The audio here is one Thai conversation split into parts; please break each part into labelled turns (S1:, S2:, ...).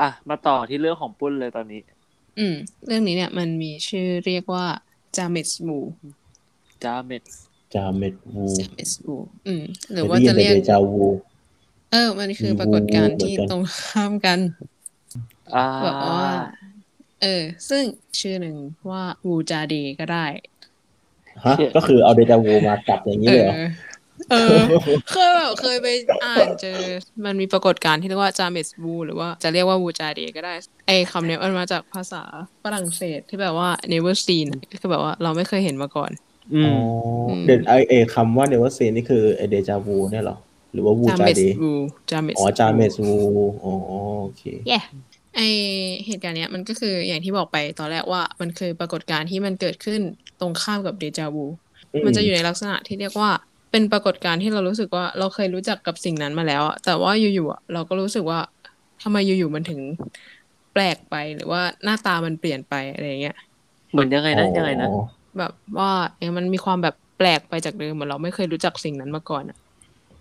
S1: อ่ะมาต่อที่เรื่องของปุ้นเลยตอนนี้
S2: อืม เรื่องนี้เนี่ยมันมีชื่อเรียกว่าจามิสบู
S1: จาเมด
S3: จาเมดวู
S2: จามิสบูอืม หรือว่าจะเรียก
S3: เดจาวู
S2: เออ มันคือปรากฏการณ์ที่
S3: เหมือนกัน
S2: ตรงข้ามกัน
S1: อ่า
S2: แบบว่า เออ ซึ่งชื่อหนึ่งว่าวูจาเดก็ได้
S3: ฮะ ก็คือเอาเดจาวูมากลับอย่างนี้
S2: เอ
S3: เล
S2: อ
S3: ยเหรอ
S2: เออ เคยแบบเคยไปอ่านเจอ มันมีปรากฏการณ์ที่เรียกว่าจาเมสบูหรือว่าจะเรียกว่าวูจาเดก็ได้ ไอคำเนี้ยมันมาจากภาษาฝรั่งเศสที่แบบว่า never seen อะคือแบบว่าเราไม่เคยเห็นมาก่อน
S1: อืม
S3: อ๋ออ
S2: ม
S3: เดนไอเอคำว่าเดว s ซีนนี่คือไอเดจาวูเนี่ยเหรอ หรือว่าวู
S2: จา
S3: จา
S2: เมส
S3: เด
S2: บูจาเมส
S3: อ๋อจาเมสวูอ๋อโอเค
S2: ไอเหตุการณ์เนี้ยมันก็คืออย่างที่บอกไปตอนแรกว่ามันคือปรากฏการณ์ที่มันเกิดขึ้นตรงข้ามกับเดจาวู มันจะอยู่ในลักษณะที่เรียกว่าเป็นปรากฏการณ์ที่เรารู้สึกว่าเราเคยรู้จักกับสิ่งนั้นมาแล้วอะแต่ว่าอยู่ๆอะเราก็รู้สึกว่าทำไมอยู่ๆมันถึงแปลกไปหรือว่าหน้าตามันเปลี่ยนไปอะไรอย่างเงี้ย
S1: เหมือนยังไงนะยังไงนะ
S3: อ๋อ
S2: แบบว่าเอ้ยมันมีความแบบแปลกไปจากเดิมเหมือนเราไม่เคยรู้จักสิ่งนั้นมาก่อนอะ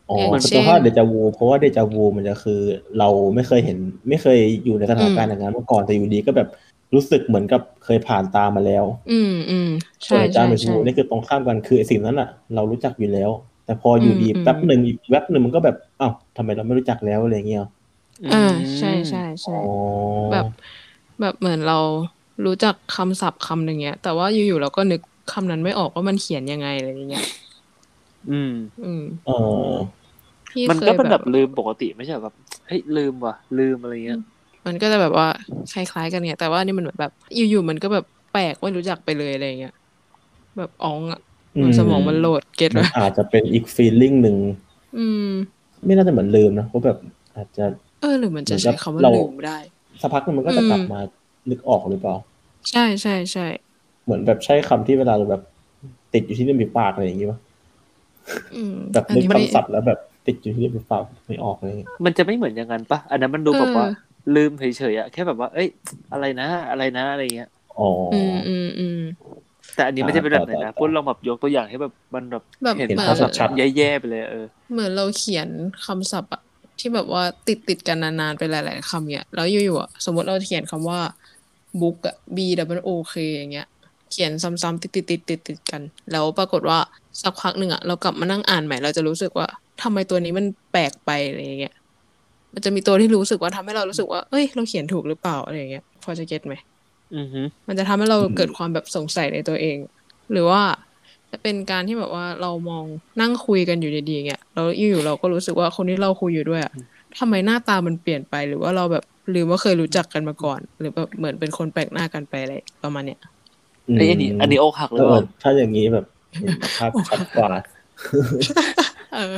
S3: อ๋อ
S2: อย่าง
S3: คือ
S2: เช่น
S3: เพราะว่าเดจาวูเพราะว่าเดจาวูมันจะคือ เราไม่เคยเห็น ไม่เคยอยู่ในสถานการณ์อย่างนั้นมาก่อนแต่อยู่ดีก็แบบรู้สึกเหมือนกับเคยผ่านตามาแล้ว
S2: อืมอืม
S3: ส่ว
S2: ใช่
S3: นไอ้จา
S2: ใช่
S3: เมส
S2: ใช่
S3: วูนี่คือตรงข้ามกันคือไอสิ่งนั้นอ่ะ เรารู้จักอยู่แล้ว แต่พออยู่ดี
S2: อืม
S3: แป๊บหนึ่งอีกแป๊บหนึ่งมันก็แบบอ้าวทำไมเราไม่รู้จักแล้วอะไรเงี้ย
S2: อ่าใช่ใช่ใช่
S3: อ๋อ
S2: แบบแบบเหมือนเรารู้จักคำศัพท์คำหนึ่งเงี้ย แต่ว่าอยู่ๆเราก็นึกคำนั้นไม่ออกว่ามันเขียนยังไงอะไรอย่างเงี้ย
S1: อืม
S2: อืม
S3: เออ
S2: พี่
S1: มัน
S2: เค
S1: ก็
S2: ย
S1: เป็น
S2: แบ
S1: แบบ บลืมปกติไม่ใช่แบบเฮ้ยลืมว่ะ ลืมอะไรเงี้ย
S2: มันก็จะแบบว่าคล้ายๆกันเงี้ย แต่ว่านี่มันเหมือนแบบอยู่ๆมันก็แบบแปลกไม่รู้จักไปเลยอะไรอย่างเงี้ยแบบอ๋องอะเห
S3: อื
S2: มือนสมองมันโหลดเก็ต
S3: มัน
S2: วะ
S3: อาจจะเป็นอีกฟีลลิ่งหนึ่ง
S2: อืม
S3: ไม่น่าจะเหมือนลืมนะเพราะแบบอาจจะ
S2: เออหรือมันจะ
S3: เหมือนกับ
S2: ใช้คำว่า
S3: เรา
S2: ลืมได้
S3: สักพักหนึงมันก็จะ
S2: อืม
S3: กลับมาลึกออกหรือเปล่า
S2: ใช่ใช่ใช่
S3: เหมือนแบบใช้คำที่เวลาเราแบบ ติดอยู่ที่ริมฝีปากอะไรอย่างงี้ป่ะ
S2: อืม
S3: แบบ
S2: อัน
S3: นึก
S2: นี้ไม่ได้
S3: คำศัพท์แล้วแบบติดอยู่ที่ริมฝีปากไม่ออกเลย
S1: มันจะไม่เหมือนอย่างนั้นปะอันนั้นมันดูแบบว่า
S2: เออ
S1: ลืมเฉยๆอะแค่แบบว่า เอ้ย อะไรนะ อะไรนะอะไรเงี้ย
S3: อ๋ออ
S2: อืมอืมอืม
S1: แต่อันนี้ไม่ใช่เป็นแบบไหน
S3: ต่อต่อ
S1: นะ
S3: ต่อ
S1: ปุ้นลองแบบยกตัวอย่างให้แบบมันแบบ
S2: แบบ
S1: เห็น
S2: เห็น
S1: ภาพ
S2: ภาพชั
S1: ชัด
S2: ด
S1: ๆแย่ๆไปเลยเออ
S2: เหมือนเราเขียนคำศัพท์อะที่แบบว่าติดติดๆกันนานๆไปหลาย ๆคำเนี่ยแล้วอยู่ๆอะสมมติเราเขียนคำว่า book อะ b w o k อย่างเงี้ย เขียนซ้ำๆติดติดติดติดติดๆกัน แล้วปรากฏว่าสักพักหนึ่งอะเรากลับมานั่งอ่านใหม่เราจะรู้สึกว่าทำไมตัวนี้มันแปลกไปอะไรอย่างเงี้ยมันจะมีตัวที่รู้สึกว่าทำให้เรารู้สึกว่าเอ้ยเราเขียนถูกหรือเปล่าอะไรอย่างเงี้ยพอจะเก็ตไหม
S1: อือหือ
S2: มันจะทำให้เรา
S3: อืม
S2: เกิดความแบบสงสัยในตัวเอง หรือว่าจะเป็นการที่แบบว่าเรามองนั่งคุยกันอยู่ดีๆเงี้ยแล้วอยู่ๆเราก็รู้สึกว่าคนที่เราคุยอยู่ด้วยอะทำไมหน้าตามันเปลี่ยนไป หรือว่าเราแบบลืมว่าเคยรู้จักกันมาก่อน หรือแบบเหมือนเป็นคนแปลกหน้ากันไปอะไรประมาณเนี้ย
S1: ไอ้ยอันนี้ อันนี้อกหักห
S3: เอ
S1: รือเป
S3: อ
S1: ล่า
S3: ถ้าอย่างนี้แบบเห็นภาพชัดกว่า
S2: เออ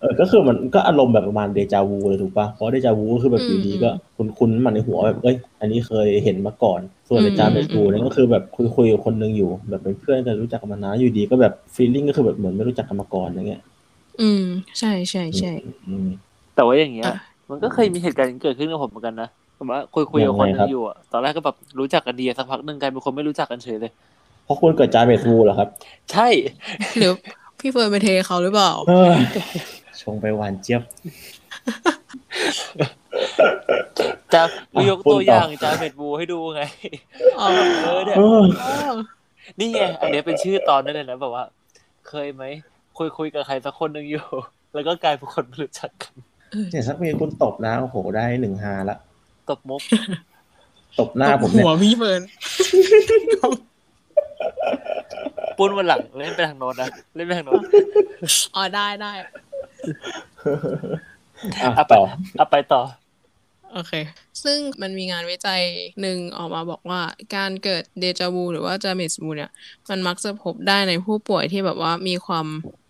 S3: เออก็คือมันก็อารมณ์แบบประมาณเดจาวูเลยถูกปะเพราะเดจาวูก็คือแบบ
S2: อืม
S3: อยู่ดีก็คุ้นๆมันในหัวแบบเอ้ยอันนี้เคยเห็นมาก่อน ส่วน
S2: อืม
S3: เดจาเม
S2: อื
S3: จู
S2: ม
S3: นั่นก็คือแบบคุยๆกับคนหนึงอยู่ แบบเป็นเพื่อนกันรู้จักกันมานานอยู่ดีก็แบบฟีลลิ่งก็คือแบบเหมือนไม่รู้จักกันมาก่อนอย่างเงี้ย
S2: อืม ใช่ใช่ใช่
S3: อืม
S1: แต่ว่าอย่างเงี้ย
S2: อ่ะ
S1: มันก็เคยมีเหตุการณ์อย่างนี้เกิดขึ้นกับผมเหมือนกันนะแบบว่าคุยคุยๆกับคนหนึ
S3: ยังไงครั
S1: ง
S3: บ
S1: อยู่อะตอนแรกก็แบบรู้จักกันดีสักพักหนึ่งกลายเป็นคนไม่รู้จักกันเฉยเลย
S3: เพราะคุณเกิดจาเมจูเหรอครับ
S1: ใช่
S2: หรือพี่เฟิร์นไปเทเขาหรือเปล่า
S3: เฮ้ย ชงไปหวานเจี๊ยบ
S1: จะยก
S3: อ่ะ
S1: ตัวอย่าง
S3: พูดต่อ
S1: จาเม็ดบูให้ดูไง
S2: อ๋อ
S1: เออเนี่ย
S3: เออ
S1: นี่ไงอันเนี้ยเป็นชื่อตอนนั่นเลยนะแบบว่า เคยไหมคุยคุยกับใครสักคนหนึ่งอยู่ แล้วก็กลายเป็นคนไม่รู้จักกัน
S3: เนี่ยสักมีคุณตบนะโอ้โหได้หนึ่งฮาละ
S1: ตบมุก
S3: ตบหน้าผมเนี่
S2: หั
S3: ยว
S2: พี่เฟิร์น
S1: ปุ้นวันหลังเล่นไปทางโน้นนะเล่นไปทางโน้น
S2: อ๋อได้ได้
S3: อ่ะ
S1: อ่ะไป
S3: ต่อ
S1: อ่ะไปต่อ
S2: โอเค ซึ่งมันมีงานวิจัยหนึ่งออกมาบอกว่า การเกิดเดจาวูหรือว่าจามิสบูเนี่ย มันมักจะพบได้ในผู้ป่วยที่แบบว่ามีความ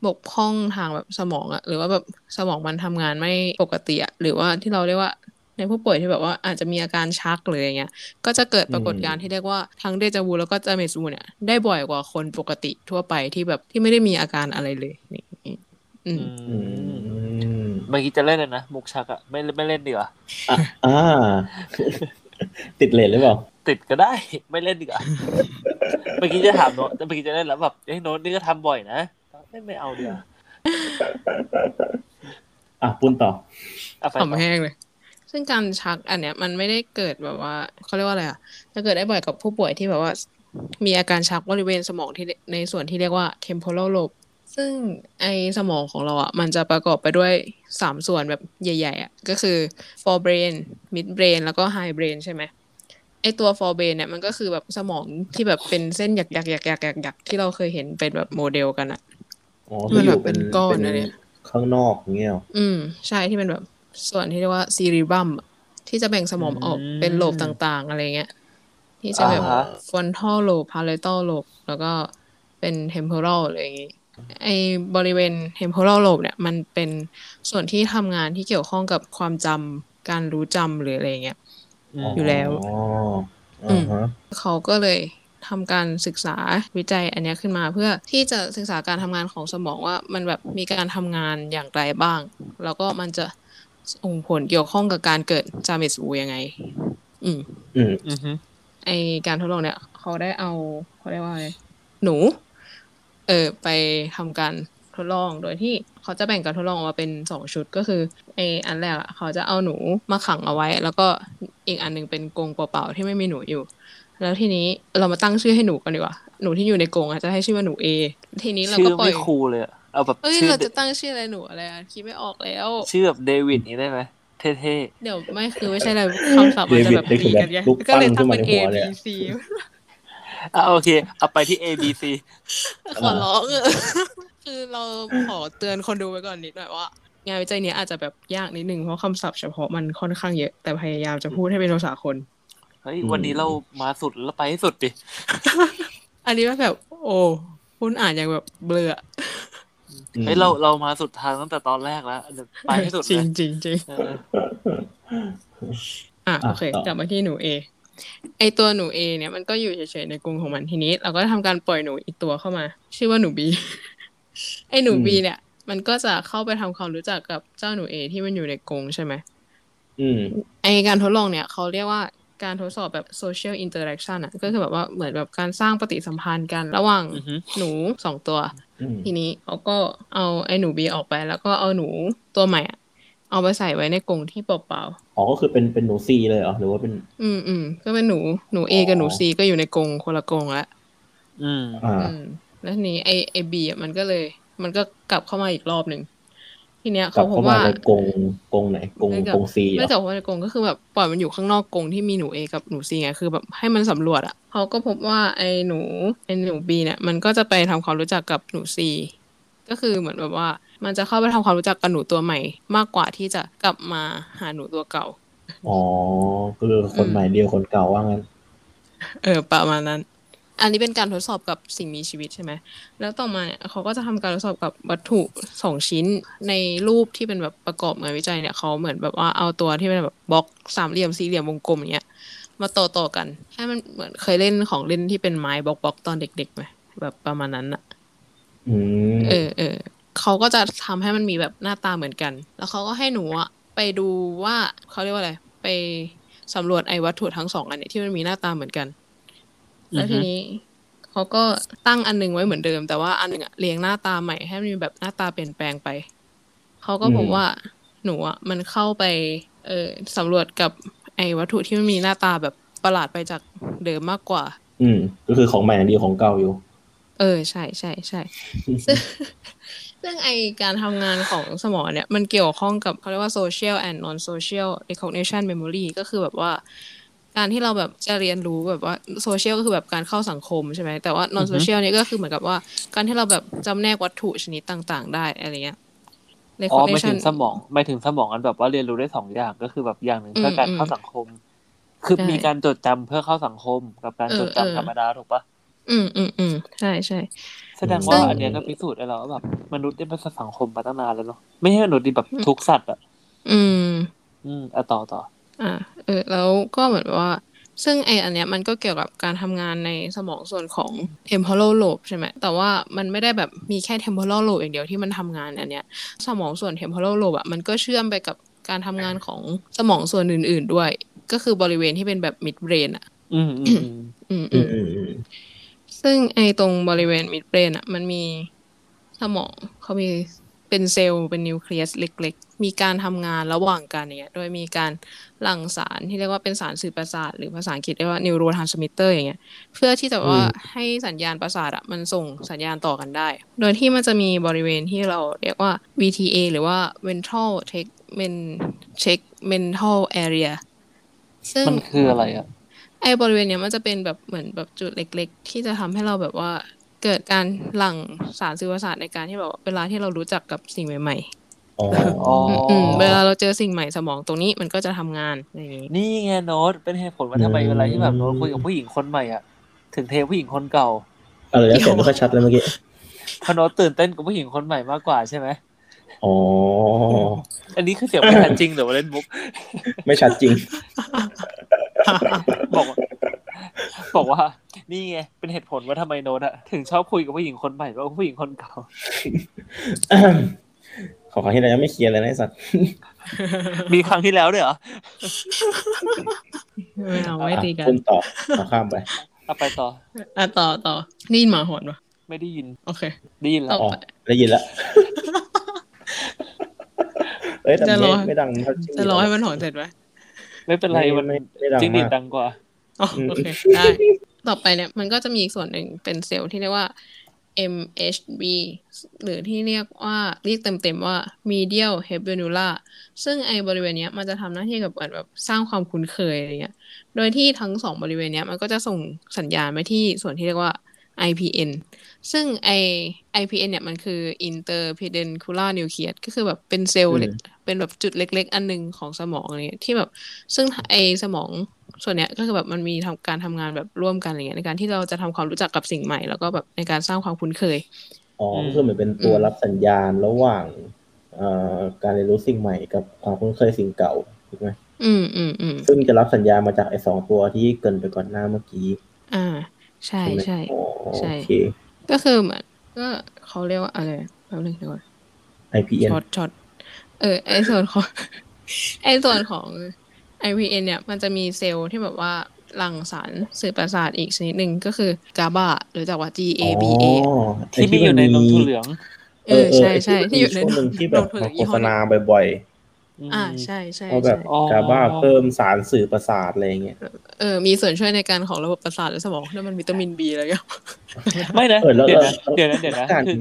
S2: บกพร่องทางแบบสมองอะหรือว่าแบบสมองมันทำงานไม่ปกติอะหรือว่าที่เราเรียกว่าในผู้ป่วยที่แบบว่าอาจจะมีอาการชักหรืออย่างเงี้ย ก็จะเกิดปรากฏการณ์ที่เรียกว่าทั้งเดจาวูแล้วก็จามิสบูเนี่ยได้บ่อยกว่าคนปกติทั่วไปที่แบบที่ไม่ได้มีอาการอะไรเลยนี่อื
S1: อื
S2: ม
S3: อื
S1: ม
S3: ม
S1: เมื่อกี้จะเล่นเลยนะมุกชักอะไม่ไม่เล่นดีกว่า
S3: อ่า ติดเลทหรือเปล่า
S1: ติดก็ได้ ไม่เล่นดีกว่าเมื่อกี้จะถามโน้ตแต่เมื่อกี้จะเล่นแล้วแบบเอ้ยโน้ตนี่ก็ทำบ่อยนะไม่ไม่เอาดีกว่า
S3: อ่ะปุ้นต่อ
S1: อ่ะไป
S2: หอม
S1: ต่อ
S2: แห้งเลย ซึ่งการชักอันเนี้ยมันไม่ได้เกิดแบบว่าเขาเรียกว่าอะไรอ่ะจะเกิดได้บ่อยกับผู้ป่วยที่แบบว่า มีอาการชักบริเวณสมองที่ในส่วนที่เรียกว่า temporal lobe ซึ่งไอสมองของเราอ่ะมันจะประกอบไปด้วยสามส่วนแบบใหญ่ ๆ อ่ะ ก็คือ forebrain midbrain แล้วก็ high brain ใช่ไหมไอตัว forebrain เนี่ยมันก็คือแบบสมองที่แบบเป็นเส้นหยักๆๆๆๆที่เราเคยเห็นเป็นแบบโมเดลกันอ่ะ
S3: อ๋อที่อยู่เป็น
S2: มันแบบเป็นก้อนอะไรเนี่ย
S3: ข้างนอกอย่างเงี้ยหรอ
S2: อืม ใช่ที่เป็นแบบส่วนที่เรียกว่าซีรีบัมที่จะแบ่งสมองออก
S1: อืม
S2: เป็นโลบต่างๆ อะไรเงี้ย ที่จะแบบ
S1: อ่าฮะ
S2: ฟอนทัลโลบพาเลต l ลโลบแล้วก็เป็นเทมเพอรัลอะไรอย่างงี้ ไอบริเวณเทมเพอรัลโลบเนี่ย มันเป็นส่วนที่ทำงานที่เกี่ยวข้องกับความจำการรู้จำหรืออะไรเงี้ย
S1: ม
S2: อยู่แล้ว
S3: อ๋ออ่าฮะ
S2: เขาก็เลยทำการศึกษาวิจัยอันเนี้ยขึ้นมาเพื่อที่จะศึกษาการทำงานของสมองว่ามันแบบมีการทำงานอย่างไรบ้าง แล้วก็มันจะส่งผลเกี่ยวข้องกับการเกิดจามิสอูยังไง อืม
S3: อืม
S1: อือฮึ
S2: ไอการทดลองเนี่ย เขาได้เอาเขาเรียกว่าอะไรหนู เออไปทำการทดลองโดยที่เขาจะแบ่งการทดลองออกมาเป็นสองชุดก็คือไออันแรกอะเขาจะเอาหนูมาขังเอาไว้ แล้วก็อีกอันหนึงเป็นกรงเปล่าๆที่ไม่มีหนูอยู่ แล้วทีนี้เรามาตั้งชื่อให้หนูกันดีกว่าหนูที่อยู่ในกรงอาจจะให้ชื่อว่าหนูเอทีนี้เรา
S1: ชื่
S2: ก็
S1: อ
S2: ปล่อ
S1: ไม่
S2: ย
S1: คูลเลยอะเอาแบบ
S2: เอ้ย
S1: ชื่อ
S2: เราจะตั้งชื่ออะไรหนูอะไรอะคิดไม่ออกแล้ว
S1: ชื่อแบบเดวิดนี้ได้ไหมเท่
S2: เดี๋ยวไม่คือไม่ใช่อะไรคำศัพท์มันจะแบบ
S3: เดวิด
S2: ตีกันไง
S3: เดวิด
S2: ก็เลยตั้งเป็น
S3: ลู
S2: A
S3: กปั้
S2: B
S3: นขึ้นมาในหัวเลยอะ
S2: C
S1: ๆอ่ะโอเค เอาไปที่ A B C
S2: ขอร้องเออคือเราขอเตือนคนดูไว้ก่อนนิดหน่อยว่า งานวิจัยเนี้ยอาจจะแบบยากนิดนึงเพราะคำศัพท์เฉพาะมันค่อนข้างเยอะ แต่พยายามจะพูดให้เป็นภาษาคน
S1: เฮ้ย วันนี้เรามาสุดแล้วไปให้สุดดิ
S2: อันนี้ว่าแบบ โอ้คุณอ่านอย่างแบบเบลอ
S1: เฮ้ย เราเรามาสุดทางตั้งแต่ตอนแรกแล้วเดี๋ยวไปให้สุด
S2: จริ
S1: เล
S2: ง
S1: ย
S2: จริงจริง
S1: เออ
S2: อ่ะ
S3: อ่ะ
S2: โอเค
S3: ต่อ
S2: กลับมาที่หนู A ไอตัวหนู A เนี่ยมันก็อยู่เฉยๆในกรงของมันทีนี้ เราก็ทำการปล่อยหนูอีกตัวเข้ามา ชื่อว่าหนู B ไอหนู B เนี่ย มันก็จะเข้าไปทำความรู้จักกับเจ้าหนู A ที่มันอยู่ในกรงใช่ไหม
S3: อืม
S2: ไอการทดลองเนี่ยเขาเรียกว่าการทดสอบแบบ social interaction อ่ะก็คือแบบว่าเหมือนแบบการสร้างปฏิสัมพันธ์กันระหว่าง
S1: อือฮึ
S2: หนูสองตัว
S3: อืม
S2: ทีนี้เขาก็เอาไอหนู B ออกไป แล้วก็เอาหนูตัวใหม่อะเอาไปใส่ไว้ในกรงที่เปล่าๆ
S3: อ๋อก็คือเป็นเป็นหนูซีเลยเหรอหรือว่าเป็น
S2: อืมอืมก็เป็นหนูหนูเอกับหนู
S3: อ๋อ
S2: ซีก็อยู่ในกรงคนละกรงละ
S1: อืม
S3: อ่า
S2: อืม แล้วทีนี้ไอไอบีอ่ะมันก็เลย มันก็กลับเข้ามาอีกรอบหนึ่งทีเนี้ย
S3: กลั
S2: เขาพ
S3: บเข้า
S2: บ
S3: มา
S2: ว่า
S3: ในกรงกรงไหนกรงกรงซีเหร
S2: ไม่
S3: อ
S2: กลับเข้ามาในกรงก็คือแบบปล่อยมันอยู่ข้างนอกกรงที่มีหนูเอกับหนูซีไงคือแบบให้มันสำรวจอ่ะเขาก็พบว่าไอหนูไอหนูบีเนี่ย มันก็จะไปทำความรู้จักกับหนูซีก็คือเหมือนแบบว่า มันจะเข้าไปทำความรู้จักกับหนูตัวใหม่ มากกว่าที่จะกลับมาหาหนูตัวเก่า
S3: อ๋อคือคนใหม่เดียวคนเก่าว่างั้น
S2: เออประมาณนั้น อันนี้เป็นการทดสอบกับสิ่งมีชีวิตใช่ไหม แล้วต่อมาเนี่ยเขาก็จะทำการทดสอบกับวัตถุสองชิ้นในรูปที่เป็นแบบประกอบงานวิจัยเนี่ยเขาเหมือนแบบว่าเอาตัวที่เป็นแบบบล็อกสามเหลี่ยมสี่เหลี่ยมวงกลมอย่างเงี้ยมาต่อต่อๆกัน ให้มันเหมือนเคยเล่นของเล่นที่เป็นไม้บล็อกบล็อกๆตอนเด็กๆไหมแบบประมาณนั้นอะ
S3: อืม
S2: เออเออเขาก็จะทำให้มันมีแบบหน้าตาเหมือนกัน แล้วเขาก็ให้หนูอะไปดูว่าเขาเรียกว่าอะไร ไปสำรวจไอ้วัตถุทั้งสองอันเนี่ยที่มันมีหน้าตาเหมือนกัน
S1: อือฮึ
S2: แล้วทีนี้เขาก็ตั้งอันหนึงไว้เหมือนเดิม แต่ว่าอันหนึงอะเรียงหน้าตาใหม่ให้มันมีแบบหน้าตาเปลี่ยนแปลงไป เขาก็พบว่าหนูอะมันเข้าไป เออสำรวจกับไอ้วัตถุที่มันมีหน้าตาแบบประหลาดไปจากเดิมมากกว่า
S3: อืม ก็คือของใหม่อย่างเดียวของเก่าอยู่
S2: เออใช่ใช่ใช่ ซึ่งซึ่งไอการทำงานของสมองเนี่ย มันเกี่ยวข้องกับเขาเรียกว่า social and non social recognition memory ก็คือแบบว่า การที่เราแบบจะเรียนรู้แบบว่า social ก็คือแบบการเข้าสังคมใช่ไหมแต่ว่า non social เนี่ยก็คือเหมือนกับว่า การที่เราแบบจำแนกวัตถุชนิดต่างๆ ได้อะไรเงี้ย
S1: อ๋อไม่ถึ
S2: recognition
S1: งสมองไม่ถึงสมองกันแบบว่าเรียนรู้ได้สองอย่างก็คือแบบอย่างหนึ่งเพื่อการ
S2: อืม
S1: เข้าสังคม คือ
S2: ใช่
S1: มีการจดจำเพื่อเข้าสังคม กับการ
S2: เออ
S1: จดจำ
S2: เออ
S1: ธรรมดาถูกปะ
S2: อืมอืมอืมใช่ใช่
S1: แสดง
S3: ซึ่
S1: ว่าง อันเนี้ยก็พิสูจน์ได้แล้วว่าแบบมนุษย์ได้เป็นสังคมมาตั้งนานแล้วเนาะไม่ใช่มนุษย์ดิแบบทุกสัตว์อ่ะ
S2: อืม
S1: อืมอ่ะต่อต่อ
S2: อ่าเออแล้วก็เหมือนแบบว่า ซึ่งไออันเนี้ยมันก็เกี่ยวกับการทำงานในสมองส่วนของ temporal lobe ใช่ไหมแต่ว่ามันไม่ได้แบบมีแค่ temporal lobe อย่างเดียวที่มันทำงานอันเนี้ยสมองส่วน temporal lobe อะมันก็เชื่อมไปกับการทำงานของสมองส่วนอื่น ๆด้วย ก็คือบริเวณที่เป็นแบบ mid brain อ่ะ
S1: อืมอืมอืม
S2: อืม
S3: อื
S2: อื
S3: ม
S2: ม
S3: อืมอืม
S2: ซึ่งไอตรงบริเวณมิดเบรนอ่ะ มันมีสมองเขามี เป็น เป็นเซลล์เป็นนิวเคลียสเล็ก ๆ มีการทำงานระหว่างกันอย่างเงี้ยโดยมีการหลั่งสารที่เรียกว่าเป็นสารสื่อประสาท หรือภาษาอังกฤษเรียกว่านิวโรทรานสมิเตอร์อย่างเงี้ยเพื่อที่จะว่า
S3: อืม
S2: ให้สัญญาณประสาทอะมันส่งสัญญาณต่อกันได้ โดยที่มันจะมีบริเวณที่เราเรียกว่า VTA หรือว่า ventral tegmental area ซึ่ง
S1: มันคืออะไรอ่ะ
S2: ไอ้บริเวณเนี้ยมันจะเป็นแบบเหมือนแบบจุดเล็ก ๆ ที่จะทำให้เราแบบว่าเกิดการหลั่งสารสื่อประสาทในการที่แบบว่าเวลาที่เรารู้จักกับสิ่งใหม่
S3: อ๋อ
S1: อ๋ออ
S2: ๆมอืมเวลาเราเจอสิ่งใหม่สมองตรงนี้มันก็จะทำงานอะไรอย่างงี้
S1: นี่ไงโน้ตเป็นเหตุผลว่าทำไมเวลาที่แบบโน้ตคุยกับผู้หญิงคนใหม่อ่ะ ถึงเทผู้หญิงคนเก่า
S3: อะไรนะเสียงไม่ค่อยชัดเลยเมื่อกี้
S1: เพราะโน้ตตื่นเต้นกับผู้หญิงคนใหม่มากกว่าใช่ไหม
S3: อ๋อ
S1: อันนี้คือเสียงประชันจริงหรือว่าเล่นมุก
S3: ไม่ชัดจริง
S1: บอกว่า บอกว่า นี่ไงเป็นเหตุผลว่าทำไมโน้ตอะถึงชอบคุยกับผู้หญิงคนใหม่เพราะว่าผู้หญิงคนเก่า
S3: ขอครั้งที่แล้วยังไม่เคลียร์เลยนะไอ้สัตว์
S1: มีครั้งที่แล้วด้วยเหรอ
S2: ไม่เอาไม่ตีกัน
S3: คุณต่อเอาข้ามไป
S1: เอาไปต่อ
S2: อ่ะต่อต่อนี่หมาหอนปะ
S1: ไม่ได้ยิน
S2: โอเค
S1: ได้ยินแล้
S2: ต่
S1: ว
S2: อ
S3: อ๋อ ได้ ยินแล้วเอ้ยแต่
S2: จะร
S3: ไม่
S2: อ
S3: ไม่ดังเท่าจิ้ง
S2: จะ
S3: ลีด
S2: รอให้มันหอนเสร็จไหม
S1: ไม่เป็นไร
S3: ไม่
S1: มัน
S3: ไม่ไม่ดัง
S1: จริงดิ
S3: มาก
S1: ดังกว่า
S2: อ๋อ
S3: อืม
S2: โอเคได้ต่อไปเนี่ยมันก็จะมีอีกส่วนหนึ่งเป็นเซลล์ที่เรียกว่า MHB หรือที่เรียกว่าเรียกเต็มๆว่า medial habenula ซึ่งไอบริเวณเนี้ยมันจะทำหน้าที่กับเหมือนแบบสร้างความคุ้นเคยอะไรเงี้ย โดยที่ทั้งสองบริเวณเนี้ยมันก็จะส่งสัญญาณไปที่ส่วนที่เรียกว่า IPN ซึ่งไอ IPN เนี่ยมันคือ interpendicular nucleus ก็คือแบบเป็นเซลล์เล็กเป็นแบบจุดเล็ก ๆ อันหนึงของสมองอะไรเงี้ยที่แบบ ซึ่งไอสมองส่วนเนี้ยก็คือแบบมันมีทำการทำงานแบบร่วมกันอะไรเงี้ยในการที่เราจะทำความรู้จักกับสิ่งใหม่ แล้วก็แบบในการสร้างความคุ้นเคย
S3: อ๋อ
S1: อืม
S3: ก็คือเหมือนเป็นตัวรับสัญญาณระหว่างเอ่อการเรียนรู้สิ่งใหม่กับเอ่อคุ้นเคยสิ่งเก่าถูกไหม
S2: อืมอืมอืม
S3: ซึ่งจะรับสัญญาณมาจากไอ้สองตัวที่เกรินไปก่อนหน้าเมื่อกี้
S2: อ่า ใช่
S3: ใช่ไหม
S2: ใช่
S3: อ๋อ
S2: ใช่
S3: โอเค
S2: ก็คือเหมือนก็เขาเรียกว่าอะไรแป๊บนึงเดี๋ยวก่อน
S3: IPN
S2: ช็อตช็อตเออ ไอส่วนของ ไอส่วนของ IPN เนี่ย มันจะมีเซลล์ที่แบบว่าหลั่งสารสื่อประสาทอีกชนิดหนึ่งก็คือกาบาหรือจากว่า GABA
S3: อ๋อไ
S1: ที่มีอยู่ในนม
S3: มั
S1: ถั่วเหลือง
S2: เออใช่ใช่
S3: ไอ้
S2: ที่อยู่ใน
S3: ช่วงหนึ่งที่แบบ
S2: โดน
S3: มา
S2: เผย
S3: โฆ
S2: ยี่ห้
S3: ษ
S2: อหนึ่
S3: ณาง บ่อย
S1: ม
S2: อ่าใช่ใช่
S3: ๆว่าแบบ
S2: ใช่
S1: อ๋อ
S3: กาบ้าเพิ่มสารสื่อประสาทอะไรอย่างเงี้ย
S2: เออ มีส่วนช่วยในการของระบบประสาทและสมอง แล้วมันวิตามินบีอะไรก็
S1: ไม่นะ
S3: เออแล้ว
S1: เดี๋ยวนะ
S3: แล้ว
S1: เดี๋ยวนะเดี๋ยวนะ
S3: การ
S1: คือ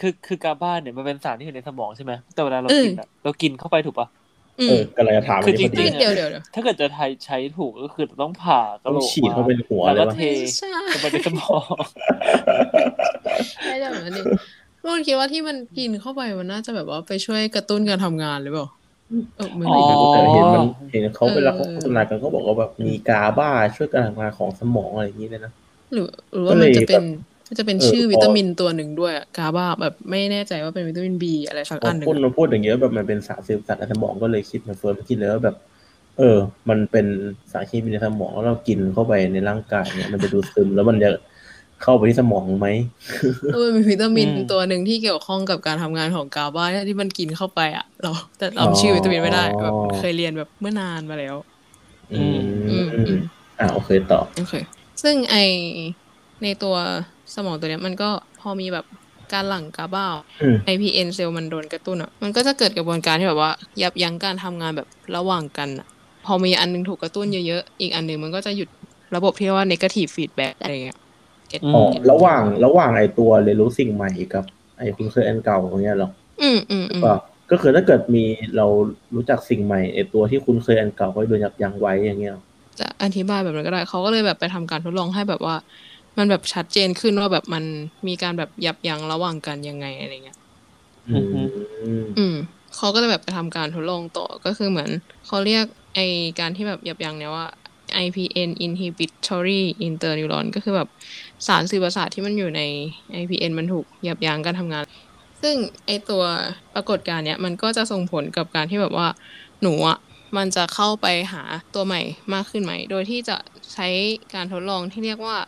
S1: คือคือกาบ้าเนี่ยมันเป็นสารที่อยู่ในสมองใช่ไหมแต่เวลาเรากินอะเรากินเข้าไปถูกปะ
S2: อื
S3: เอ
S2: ม
S3: อกำลังจะถาม
S1: คือ
S3: อันนี้พ
S1: จริ
S3: ดี
S1: ง
S2: เดี๋ยวเดี๋ยวเดี๋ยว
S1: ถ้าเกิดจะไทยใช้ถูกก็คือต้องผ่ากระโหลก
S3: ต้องฉีดเข้าไปในหัว
S1: แล้วก็
S3: เลยปะ
S1: เท
S2: ใช่
S1: ลงไปในสมอง
S2: ไม่ได้แบบนั้นดิ รุ่นคิดว่าที่มันกินเข้าไปมันน่าจะแบบว่าไปช่วยกระตุ้นการทำงานหรือเปล่าเออไม่
S1: อ๋อ
S2: รู้
S3: แต่เห็นมันเห็นเขา
S2: เออ
S3: เวลาเขาโฆษณากันเขาบอกว่าแบบมีกาบ้าช่วยการทำงานของสมองอะไรอย่างนี้เลยนะ
S2: หรือหรือว่ามันจะเป็นมันจะเป็น
S3: เออ
S2: ชื่อวิตามินตัวหนึ่งด้วยอะกาบาแบบไม่แน่ใจว่าเป็นวิตามินบีอะไรสัก
S3: พอ
S2: อันหนึ่ง
S3: พูด
S2: อะ
S3: มาพูดอย่างเงี้ยแบบมันเป็นสารสื่อประสาทในสมองก็เลยคิดเหมือนเฟิร์นคิดเลยว่าแบบ เออ มันเป็นสารเคมีในสมองแล้วเรากินเข้าไปในร่างกายเนี่ยมันจะดูดซึมแล้วมันจะเข้าไปที่สมองไหม
S2: เออมันมีวิตามิน
S1: อืม
S2: ตัวหนึ่งที่เกี่ยวข้องกับการทำงานของกาบาที่มันกินเข้าไปอ่ะ เราแต่เราชื่อวิตามินไม่ได้แบบเคยเรียนแบบเมื่อนานมาแล้ว
S1: อื
S3: อื
S1: ม
S2: อื
S3: ม
S2: มอืม
S3: อ่าโอเคต่อ
S2: โอเค ซึ่งไอในตัวสมองตัวเนี้ยมันก็พอมีแบบการหลั่งกาบา
S3: อืม
S2: IPN เซลล์มันโดนกระตุ้นอ่ะ มันก็จะเกิดกระบวนการที่แบบว่า ยับยั้งการทำงานแบบระหว่างกันอะพอมีอันนึงถูกกระตุ้นเยอะๆ อีกอันหนึ่งมันก็จะหยุดระบบที่เรียกว่า negative feedback อะไรเงี้ย Get-
S1: อืม
S3: อ๋อ
S2: get
S3: ระหว่างระหว่างไอตัวเรียนรู้สิ่งใหม่กับไอคุณเคยอันเก่าอย่างเงี้ยเหรอ
S2: อืมอืมอืม
S3: ก็ก็คือถ้าเกิดมีเรารู้จักสิ่งใหม่ไอตัวที่คุณเคยอันเก่าก็โดนยับยั้งไว้อย่างเงี้ยเหรอ
S2: จะอธิบายแบบนั้นก็ได้ เขาก็เลยแบบไปทำการทดลองให้แบบว่า มันแบบชัดเจนขึ้นว่าแบบมันมีการแบบยับยั้งระหว่างกันยังไงอะไรเงี้ย
S1: อืม
S2: อืมเขาก็เลยแบบไปทำการทดลองต่อก็คือเหมือนเขาเรียกไอการที่แบบยับยั้งเนี่ยว่า IPN inhibitory interneuron ก็คือแบบสารสื่อประสาทที่มันอยู่ใน IPN มันถูกยับยั้งการทำงาน ซึ่งไอตัวปรากฏการณ์เนี้ยมันก็จะส่งผลกับการที่แบบว่าหนูอ่ะมันจะเข้าไปหาตัวใหม่มากขึ้นไหม โดยที่จะใช้การทดลองที่เรียกว่า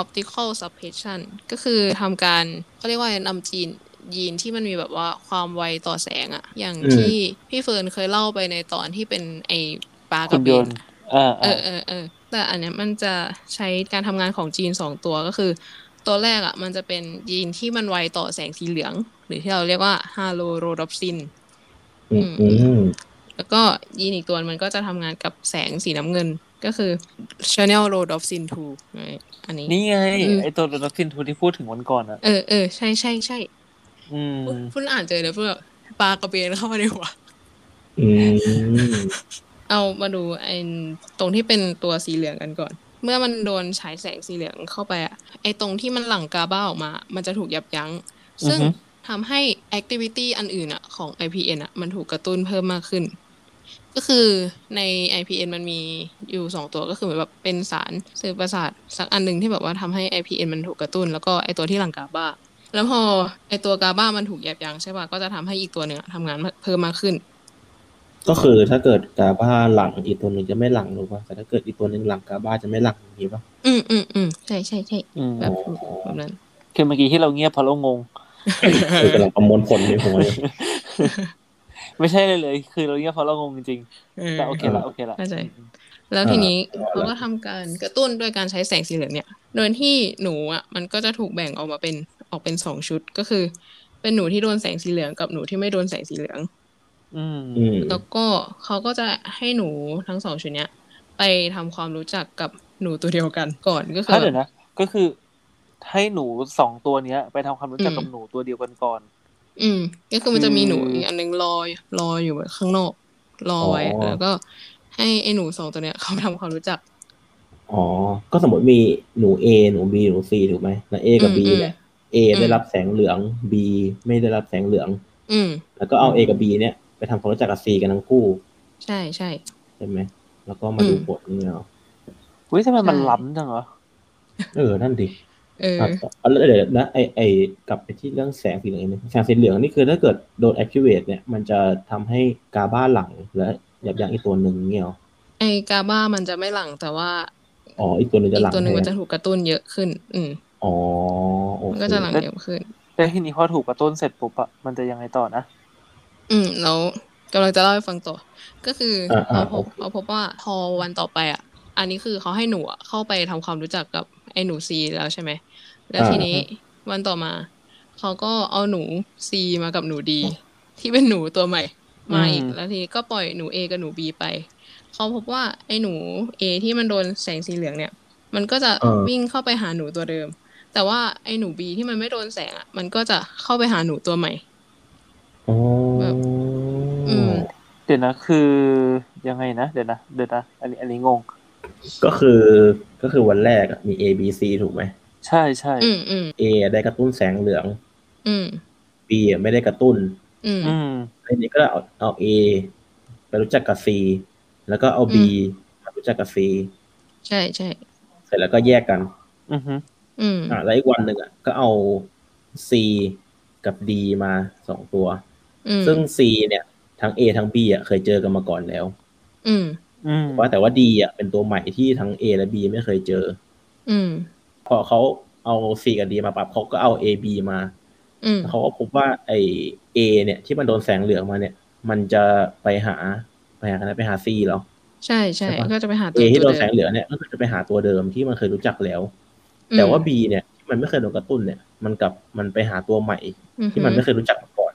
S2: optical suppression ก็คือทำการเขาเรียกว่านำจีนยีนที่มันมีแบบว่าความไวต่อแสงอะอย่าง
S3: อืม
S2: ที่พี่เฟิร์นเคยเล่าไปในตอนที่เป็นไอปลาก
S1: คุ
S2: ระ
S1: ณ
S2: เบ
S1: ย
S2: น
S1: นต์
S2: อะ
S1: อ่า
S2: เอ
S1: อ่า
S2: อเออเออแต่อันเนี้ยมันจะใช้การทำงานของจีนสองตัวก็คือ ตัวแรกอ่ะมันจะเป็นยีนที่มันไวต่อแสงสีเหลือง หรือที่เราเรียกว่าฮาโลโรดอปซิน
S3: อืมอืม
S2: แล้วก็ยีนอีกตัวมันก็จะทำงานกับแสงสีน้ำเงินก็คือ Channel r o d o p s i n 2อันนี้
S1: นี่ไง
S2: อืม
S1: ไอตัวโดนัทซินทูที่พูดถึงวันก่อนอ่ะ
S2: เออเออใช่ใช่ใช่
S1: อืม
S2: เพิ่งอ่านเจอเดี๋ยวเพิ่งแบบปลากระเบนเข้ามาในหัว
S3: อืม
S2: เอามาดูไอ้ตรงที่เป็นตัวสีเหลืองกันก่อน เมื่อมันโดนฉายแสงสีเหลืองเข้าไปอะไอ้ตรงที่มันหลั่งกาบ้าออกมา มันจะถูกยับยั้ง ซึ่ง
S1: อือฮึ
S2: ทำให้แอคทิวิตี้อันอื่นอะของ IPN อะมันถูกกระตุ้นเพิ่มมากขึ้น ก็คือใน IPN มันมีอยู่สองตัวก็คือเหมือนแบบเป็นสารสื่อประสาทสักอันหนึ่งที่แบบว่าทำให้ IPN มันถูกกระตุ้น แล้วก็ไอตัวที่หลั่งกาบ้า แล้วพอไอตัวกาบ้ามันถูกยับยั้งใช่ป่ะก็จะทำให้อีกตัวหนึ่งอะทำงานเพิ่มมากขึ้น
S3: ก็คือถ้าเกิดกาบ้าหลังอีกตัวหนึ่งจะไม่หลังหรือป่ะแต่ถ้าเกิดอีกตัวหนึ่งหลังกาบ้าจะไม่หลังอย่างนี้ป่ะ
S2: อืมอืมอืมใช่ใช่ใช่
S1: อืม
S2: แบบแบบนั้น
S1: คือเมื่อกี้ที่เราเงียบเพราะเรางง
S3: คือกำลังประมวลผลในหัว อยู่
S1: ไม่ใช่เลยเลย คือเราเงียบเพราะเรางงจริงๆแต่โอเคละโอเคละ
S2: เข้าใจ แล้วทีนี้เขาก็ทำการกระตุ้นด้วยการใช้แสงสีเหลืองเนี่ย โดยที่หนูอ่ะมันก็จะถูกแบ่งออกมาเป็นออกเป็นสองชุดก็คือ เป็นหนูที่โดนแสงสีเหลืองกับหนูที่ไม่โดนแสงสีเหลือง
S1: อืม
S3: อืม
S2: แล้วก็เขาก็จะให้หนูทั้งสองชุดเนี้ยไปทำความรู้จักกับหนูตัวเดียวกันก่อนก็คื
S1: ถ้า
S2: อ
S1: เดี๋ยวนะ ก็คือให้หนูสองตัวเนี้ย ไปทำความรู้จัก
S2: อืม
S1: กับหนูตัวเดียวกันก่อน
S2: อืมก็คือมันจะมีหนู
S1: อืม
S2: อีกอันนึงรอยรออยู่ข้างนอกรอไว้แล้วก็ให้ไอ้หนูสองตัวเนี้ยเขาทำความรู้จัก
S3: อ๋อ ก็สมมติมีหนู A หนู B หนู C ถูกไหมแล้ว A กับ B
S2: อืมอืม
S3: แหละ A
S2: อืม
S3: ได้รับแสงเหลือง B ไม่ได้รับแสงเหลือง
S2: อืม
S3: แล้วก็เอา A กับ B เนี่ยไปทำความรู้จักกับ C กันทั้งคู่
S2: ใช่ใช่
S3: ใช่ไหม แล้วก็มาดู
S2: อืม
S3: ผลนี่เนาะ
S1: เฮ้ยทำไมมัน
S2: ใช่
S1: ล้ำจังวะ
S3: เออ นั่นดิ
S2: เออ
S3: อ่ะเอาแล้วเดี๋ยวนะไอไอกลับไปที่เรื่องแสงสีเหลืองนิดนึงแสงสีเหลืองนี่คือถ้าเกิดโดน activate เนี่ย มันจะทำให้กาบ้าหลังและยับยั้งอีกตัวหนึ่งเนี่ยเหรอ
S2: ไอ กาบ้ามันจะไม่หลังแต่ว่า
S3: อ๋อ อีกตัวหนึ่งจะ
S2: อีก
S3: หลัง
S2: ตัวหนึ่งมัน
S3: แท
S2: จะถูกกระตุ้นเยอะขึ้น อืม
S3: อ๋อโอ
S2: มัน
S3: เค
S2: ก็จะหลังเยอะขึ้น
S1: แต่ทีนี้พอถูกกระตุ้นเสร็จปุ๊บอะมันจะยังไงต่อนะ
S2: อืมแล้วกำลังจะเล่าให้ฟังต่อ ก็คืออา
S3: อ่า
S2: เราพบ
S3: โอเค
S2: เราพบว่าพอวันต่อไปอ่ะ อันนี้คือเขาให้หนูอะเข้าไปทำความรู้จักกับไอหนูซีแล้วใช่ไหม แล้วทีนี้วันต่อมาเขาก็เอาหนูซีมากับหนูดี ที่เป็นหนูตัวใหม่ มาอีก
S1: อืม
S2: แล้วทีนี้ก็ปล่อยหนู A กับหนู B ไป เขาพบว่าไอ้หนู A ที่มันโดนแสงสีเหลืองเนี่ย มันก็จะ
S3: เออ
S2: วิ่งเข้าไปหาหนูตัวเดิม แต่ว่าไอ้หนู B ที่มันไม่โดนแสงอ่ะ มันก็จะเข้าไปหาหนูตัวใหม่
S3: อ๋อ
S2: แบบ อืม
S1: เดี๋ยวนะคือยังไงนะ เดี๋ยวนะเดี๋ยวนะอันนี้อันนี้งง
S3: ก็คือก็คือวันแรกอะมี A B C ถูกไหม
S1: ใช่ใช่
S2: อืมอืม
S3: A ได้กระตุ้นแสงเหลือง
S2: อืม
S3: B อะไม่ได้กระตุ้น
S2: อืม
S1: อืม
S3: อันนี้ก็เอาเอา A ไปรู้จักกับ C แล้วก็เอา B
S2: อื
S3: ไปรู้จักกับ C
S2: ใช่ใช่
S3: เสร็จแล้วก็แยกกัน
S1: อือฮึ
S2: อืม
S3: อ่ะแล้วอีกวันหนึ่งอ่ะก็เอา C กับ D มาสองตัว
S2: อืม
S3: ซึ่ง C เนี่ยทั้ง A ทั้ง B อ่ะเคยเจอกันมาก่อนแล้ว
S2: อืม
S1: อืม
S3: ว่าแต่ว่า D อ่ะเป็นตัวใหม่ที่ทั้ง A และ B ไม่เคยเจอ
S2: อืม
S3: พอเขาเอา C กับ D มาปรับเขาก็เอา A B มา
S2: อืม
S3: เขาก็พบว่าไอเอเนี่ยที่มันโดนแสงเหลืองมาเนี่ย มันจะไปหาไปหาคณะไปหาซีเหรอ
S2: ใช่ใช่
S3: ใช่ปะ
S2: ก็จะไปหา
S3: เอ
S2: ตัว
S3: ที่
S2: ตั
S3: โด
S2: วน
S3: แส
S2: เดิ
S3: ง
S2: ม
S3: เหลืองเนี่ยก็จะไปหาตัวเดิมที่มันเคยรู้จักแล้ว แต่ว่า
S2: อื
S3: บีเนี่ยที่มันไม่เคยโดนกระตุ้นเนี่ย มันกลับมันไปหาตัวใหม่
S2: อื
S3: ที่มันไม่เคยรู้จักมาก่อน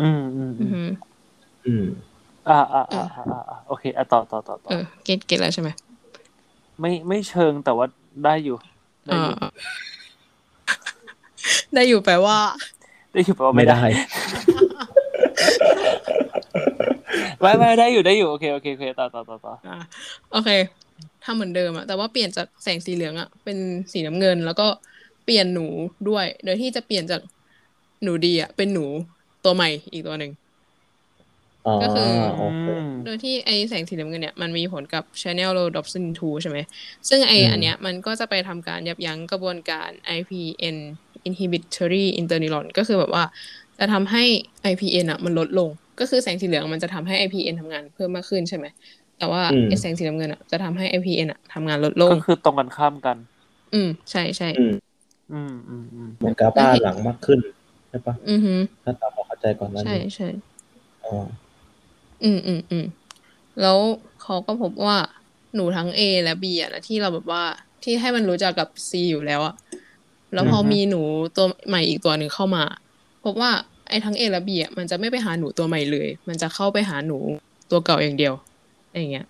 S1: อืมอืม
S2: อื
S1: อืม
S2: มอืม
S3: อืม
S1: อ่าอ่าอ่าอ่าอ่าอ่าโอเคอ่ะต่อต่อต่อต่อ
S2: เออเก็ตเก็ตแล้วใช่ไหม
S1: ไม่ไม่เชิงแต่ว่าได้อยู่ได้
S2: อ่
S1: อยู่
S2: าได้อยู่แปลว่า
S1: ได้อยู่แปลว่าไม่ได้ ไม่ไม่ได้อยู่ได้อยู่โอเคโอเคโอเคต่อต่อต่อต่อ
S2: อ่ะโอเคทำเหมือนเดิมอะแต่ว่าเปลี่ยนจากแสงสีเหลืองอะเป็นสีน้ำเงิน แล้วก็เปลี่ยนหนูด้วย โดยที่จะเปลี่ยนจากหนูดีอะเป็นหนูตัวใหม่อีกตัวหนึ่ง
S3: อ๋อ
S2: ก็คือ
S3: โอ
S1: อื
S3: เค
S1: ม
S2: โดยที่ไอแสงสีน้ำเงินเนี่ยมันมีผลกับ Channel r o d o p s i n 2 ใช่ไหม ซึ่งไอ
S3: อืม
S2: อันเนี้ยมันก็จะไปทำการยับยั้งกระบวนการ IPN inhibitory interneuron ก็คือแบบว่าจะทำให้ IPN อะมันลดลง ก็คือแสงสีเหลืองมันจะทำให้ IPN ทำงานเพิ่มมากขึ้นใช่ไหม แต่ว่า
S3: อืม
S2: ไอแสงสีน้ำเงินอะจะทำให้ IPN อะทำงานลดลง
S1: ก็คือตรงกันข้ามกัน
S2: อืม ใช่ใช่
S3: อืม
S1: อืมอืมอืม
S3: เหมือนกาบ้าหลังมากขึ้นใช่ปะ
S2: อือฮึ
S3: ถ้าตามเราเข้าใจก่อนหนั้าน
S2: ใช่ใช่
S3: อ๋อ
S2: อืมอืมอืมแล้วเขาก็พบว่าหนูทั้ง A และ B อ่ะนะที่เราแบบว่าที่ให้มันรู้จักกับ C อยู่แล้วอะแล้วพอมีหนูตัวใหม่อีกตัวหนึ่งเข้ามา พบว่า ไอ้ทั้งเอและบีอ่ะมันจะไม่ไปหาหนูตัวใหม่เลย มันจะเข้าไปหาหนูตัวเก่าอย่างเดียวอะไรอย่างเงี้ย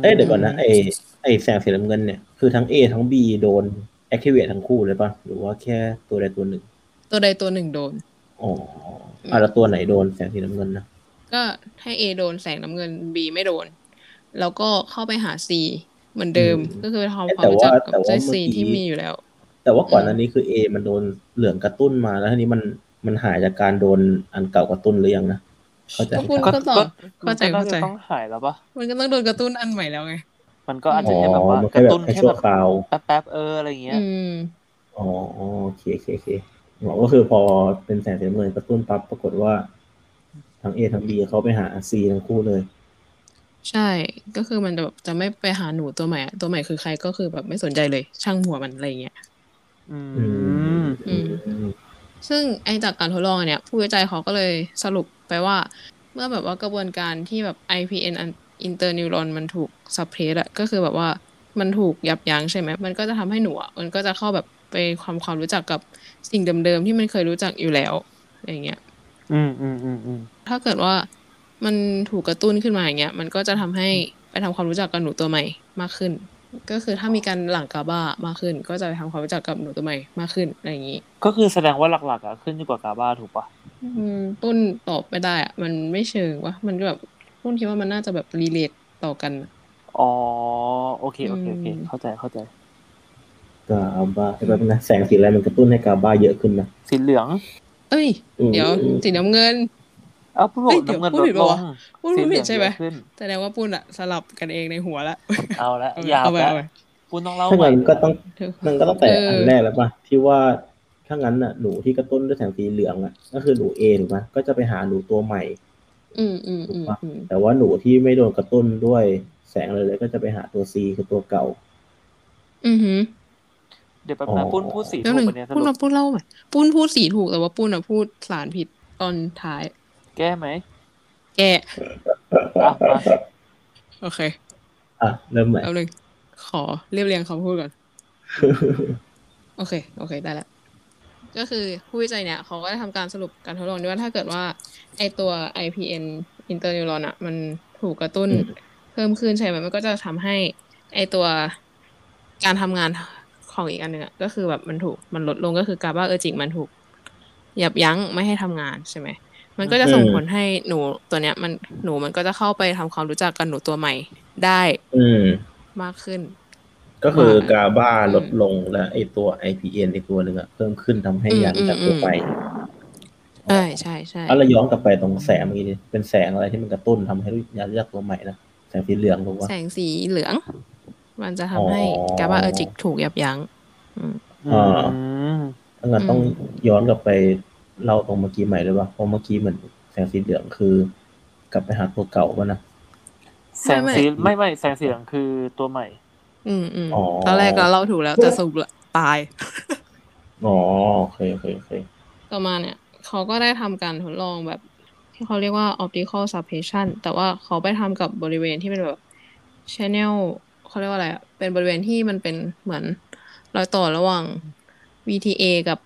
S3: เอ้ยเดี๋ยวก่อนนะไอไอแสงสีน้ำเงินเนี่ยคือทั้ง A ทั้ง B โดน activate ทั้งคู่เลยป่ะ หรือว่าแค่ตัวใดตัวหนึ่ง
S2: ตัวใดตัวหนึ่งโดน
S3: อ๋ออ่ะแล้วตัวไหนโดนแสงสีน้ำเงินนะ
S2: ก็ให้ A โดนแสงน้ำเงิน B ไม่โดน แล้วก็เข้าไปหา C เหมือนเดิมก็คือทำความ
S3: แต่
S2: รู้
S3: ว่า
S2: จักกับ
S3: แต่
S2: เจ้า
S3: ว่า
S2: C
S3: เมื่อกี้
S2: ที่มีอยู่แล้ว
S3: แต่ว่าก่อนหน้านี้คือ A มันโดนเหลืองกระตุ้นมาแล้วทีนี้มันมันหายจากการโดนอันเก่ากระตุ้นหรือยังนะเข้าใจ
S2: คุณก็ตอบเข้าใจ
S1: ก็
S2: เข้าใจ
S1: น่จะต้องหายแล้วปะ
S2: มันก็ต้องโดนกระตุ้นอันใหม่แล้วไง
S1: มันก็อาจ
S3: อ๋
S1: จะ
S3: อ
S1: แค่แบบว่า
S3: มัน
S1: ก
S3: แค่
S1: ระ
S3: แบบ
S1: ตุ้น
S3: แค่
S1: แค่
S3: ชั่
S1: แบ
S3: ว
S1: บ
S3: คราว
S1: แป๊บๆเอออะไรอย่างเงี้ย
S2: อืม
S3: อ๋อโอเคโอเคโอเคหมอก็คือพอเป็นแสงสีน้ำเงินกระตุ้นปั๊บปรากฏว่า ทั้ง A ทั้ง B เขาไปหา C ทั้งคู่เลย
S2: ใช่ ก็คือมันจะแบบจะไม่ไปหาหนูตัวใหม่อะตัวใหม่คือใครก็คือแบบไม่สนใจเลย ช่างหัวมันอะไรอย่างเงี้ย
S1: อื
S3: อื
S1: ม
S3: ม
S2: อืม
S3: อืม
S2: ซึ่งไอจากการทดลองอันเนี้ยผู้วิจัยเขาก็เลยสรุปไปว่า เมื่อแบบว่ากระบวนการที่แบบ IPN อัน interneuron มันถูก suppress อะก็คือแบบว่ามันถูกยับยั้งใช่ไหมมันก็จะทำให้หนูอะมันก็จะเข้าแบบไปความความรู้จักกับสิ่งเดิมๆที่มันเคยรู้จักอยู่แล้วอย่างเงี้ย
S1: อืมอืมอืมอืม
S2: ถ้าเกิดว่ามันถูกกระตุ้นขึ้นมาอย่างเงี้ย มันก็จะทำให้ไปทำความรู้จักกับหนูตัวใหม่มากขึ้น ก็คือถ้ามีการหลั่งกาบามากขึ้น ก็จะไปทำความรู้จักกับหนูตัวใหม่มากขึ้นอะไรอย่างนี้
S1: ก็คือแสดงว่าหลักๆอะขึ้นอยู่กับกาบ้าถูกปะ
S2: อืมต้นตอบไม่ได้อะมันไม่เชิงวะมันก็แบบต้นคิดว่ามันน่าจะแบบรีเลทต่อกันอะ
S1: อ๋อโอเคโอเคโอเค
S2: อืม
S1: เข้าใจเข้าใจ
S3: กาบ้าแบบนะแสงสีอะไรมันกระตุ้นให้กาบ้าเยอะขึ้นนะ
S1: สีเหลือง
S2: เอ้ย เดี๋ยว
S3: อืม
S2: สีน้ำเงิน
S1: เอ้าพูดบอ
S2: เอ้
S1: ก
S2: ยเดี๋ยว
S1: น้ำเงิน
S2: พู
S1: ล
S2: ดผิ
S1: ด
S2: ด
S1: ลง
S2: ปะวะพูด
S1: สีเห
S2: ผิ
S1: ลื
S2: ด
S1: อง
S2: ใช่ไหม
S1: เยอะขึ้น
S2: แสดงว่าปุ้นอะสลับกันเองในหัวละ
S1: เอาละ
S2: เอา
S1: ยาว
S2: ไป
S1: ละ
S2: เอาไป
S1: คุณต้องเล่า
S3: ถ้า
S1: ใหม่
S3: งั้นก็ต้อง
S2: เดี๋ยว
S3: นั่นก็ต้องแต่
S2: เอออั
S3: อันแรกแล้วป่ะที่ว่าถ้างั้นน่ะหนูที่กระตุ้นด้วยแสงสีเหลืองอ่ะก็คือหนูเอถูกไหมก็จะไปหาหนูตัวใหม่
S2: อืมอืมอืมอืม
S3: แต่ว่าหนูที่ไม่โดนกระตุ้นด้วยแสงเลยเลยก็จะไปหาตัวซีคือตัวเก่า
S2: อือหือ
S1: เดี๋ยวแป๊บนะปุ้นพูดสี
S2: แล้
S1: ถูก
S2: วหนึ่ง
S1: ปะเนี่ยส
S2: ปุ้น
S1: รุ
S2: มา
S1: ป
S2: ปุ้นเล่าใหม่ปุ้นพูดสีถูกแต่ว่าปุ้นอะพูดสารผิดตอนท้าย
S1: แก้ไหม
S2: แกะ
S1: อ่ะมา
S2: โอเค
S3: อ่ะเริ่มใหม่
S2: เอาหนึ่งขอเรียบเรียงคำพูด ก่อน โอเค โอเค ได้แล้ว ก็คือผู้วิจัยเนี่ย เขาก็ได้ทำการสรุปการทดลองด้วยว่าถ้าเกิดว่า ไอตัว IPN interneuron อะมันถูกกระตุ้นเพิ่มขึ้นใช่ไหมมันก็จะทำให้ ไอตัวการทำงานของอีกอันหนึ่งอะก็คือแบบมันถูกมันลดลงก็คือกาบาเออร์จิกมันถูกยับยั้งไม่ให้ทำงานใช่ไหม มันก็จะส่งผลให้หนูตัวเนี้ย มันหนูมันก็จะเข้าไปทำความรู้จักกับหนูตัวใหม่ได้
S3: อืม
S2: มากขึ้น
S3: ก็คือกาบ้า
S2: อืม
S3: ลดลงและไอตัว IPN อีกตัวหนึ่งอะเพิ่มขึ้นทำให้ยานจากตัวไป
S2: ใช่ใช่ใช่
S3: อ่ะเราย้อนกลับไปตรงแสงเมื่อกี้นี่เป็นแสงอะไรที่มันกระตุ้นทำให้ยานจากตัวใหม่นะแสงสีเหลืองถูกปะ
S2: แสงสีเหลือง มันจะ
S3: อ๋อ
S2: ทำให้กาบาเออร์จิกถูกยับยั้ง
S1: อืม
S3: อ่า ถ้างั้นต้อง
S2: อืม
S3: ย้อนกลับไปเล่าตรงเมื่อกี้ใหม่เลยว่าเพราะเมื่อกี้เหมือนแสงสีเหลืองคือ กลับไปหาตัวเก่าป่ะนะ
S1: แสงสีไม่ไม่แสงสีเหลืองคือตัวใหม่
S2: อืมอืม
S3: อ๋อ
S2: ตอนแรกเราเล่าถูกแล้วแต่สรุปแล้วตาย
S3: อ๋อโอเคโอเคโอเค
S2: ต่อมาเนี่ย เขาก็ได้ทำการทดลองแบบ ที่เขาเรียกว่า optical suppression แต่ว่าเขาไปทำกับบริเวณที่เป็นแบบ channel เขาเรียกว่าอะไรอะเป็นบริเวณที่มันเป็นเหมือนรอยต่อระหว่าง VTA กับ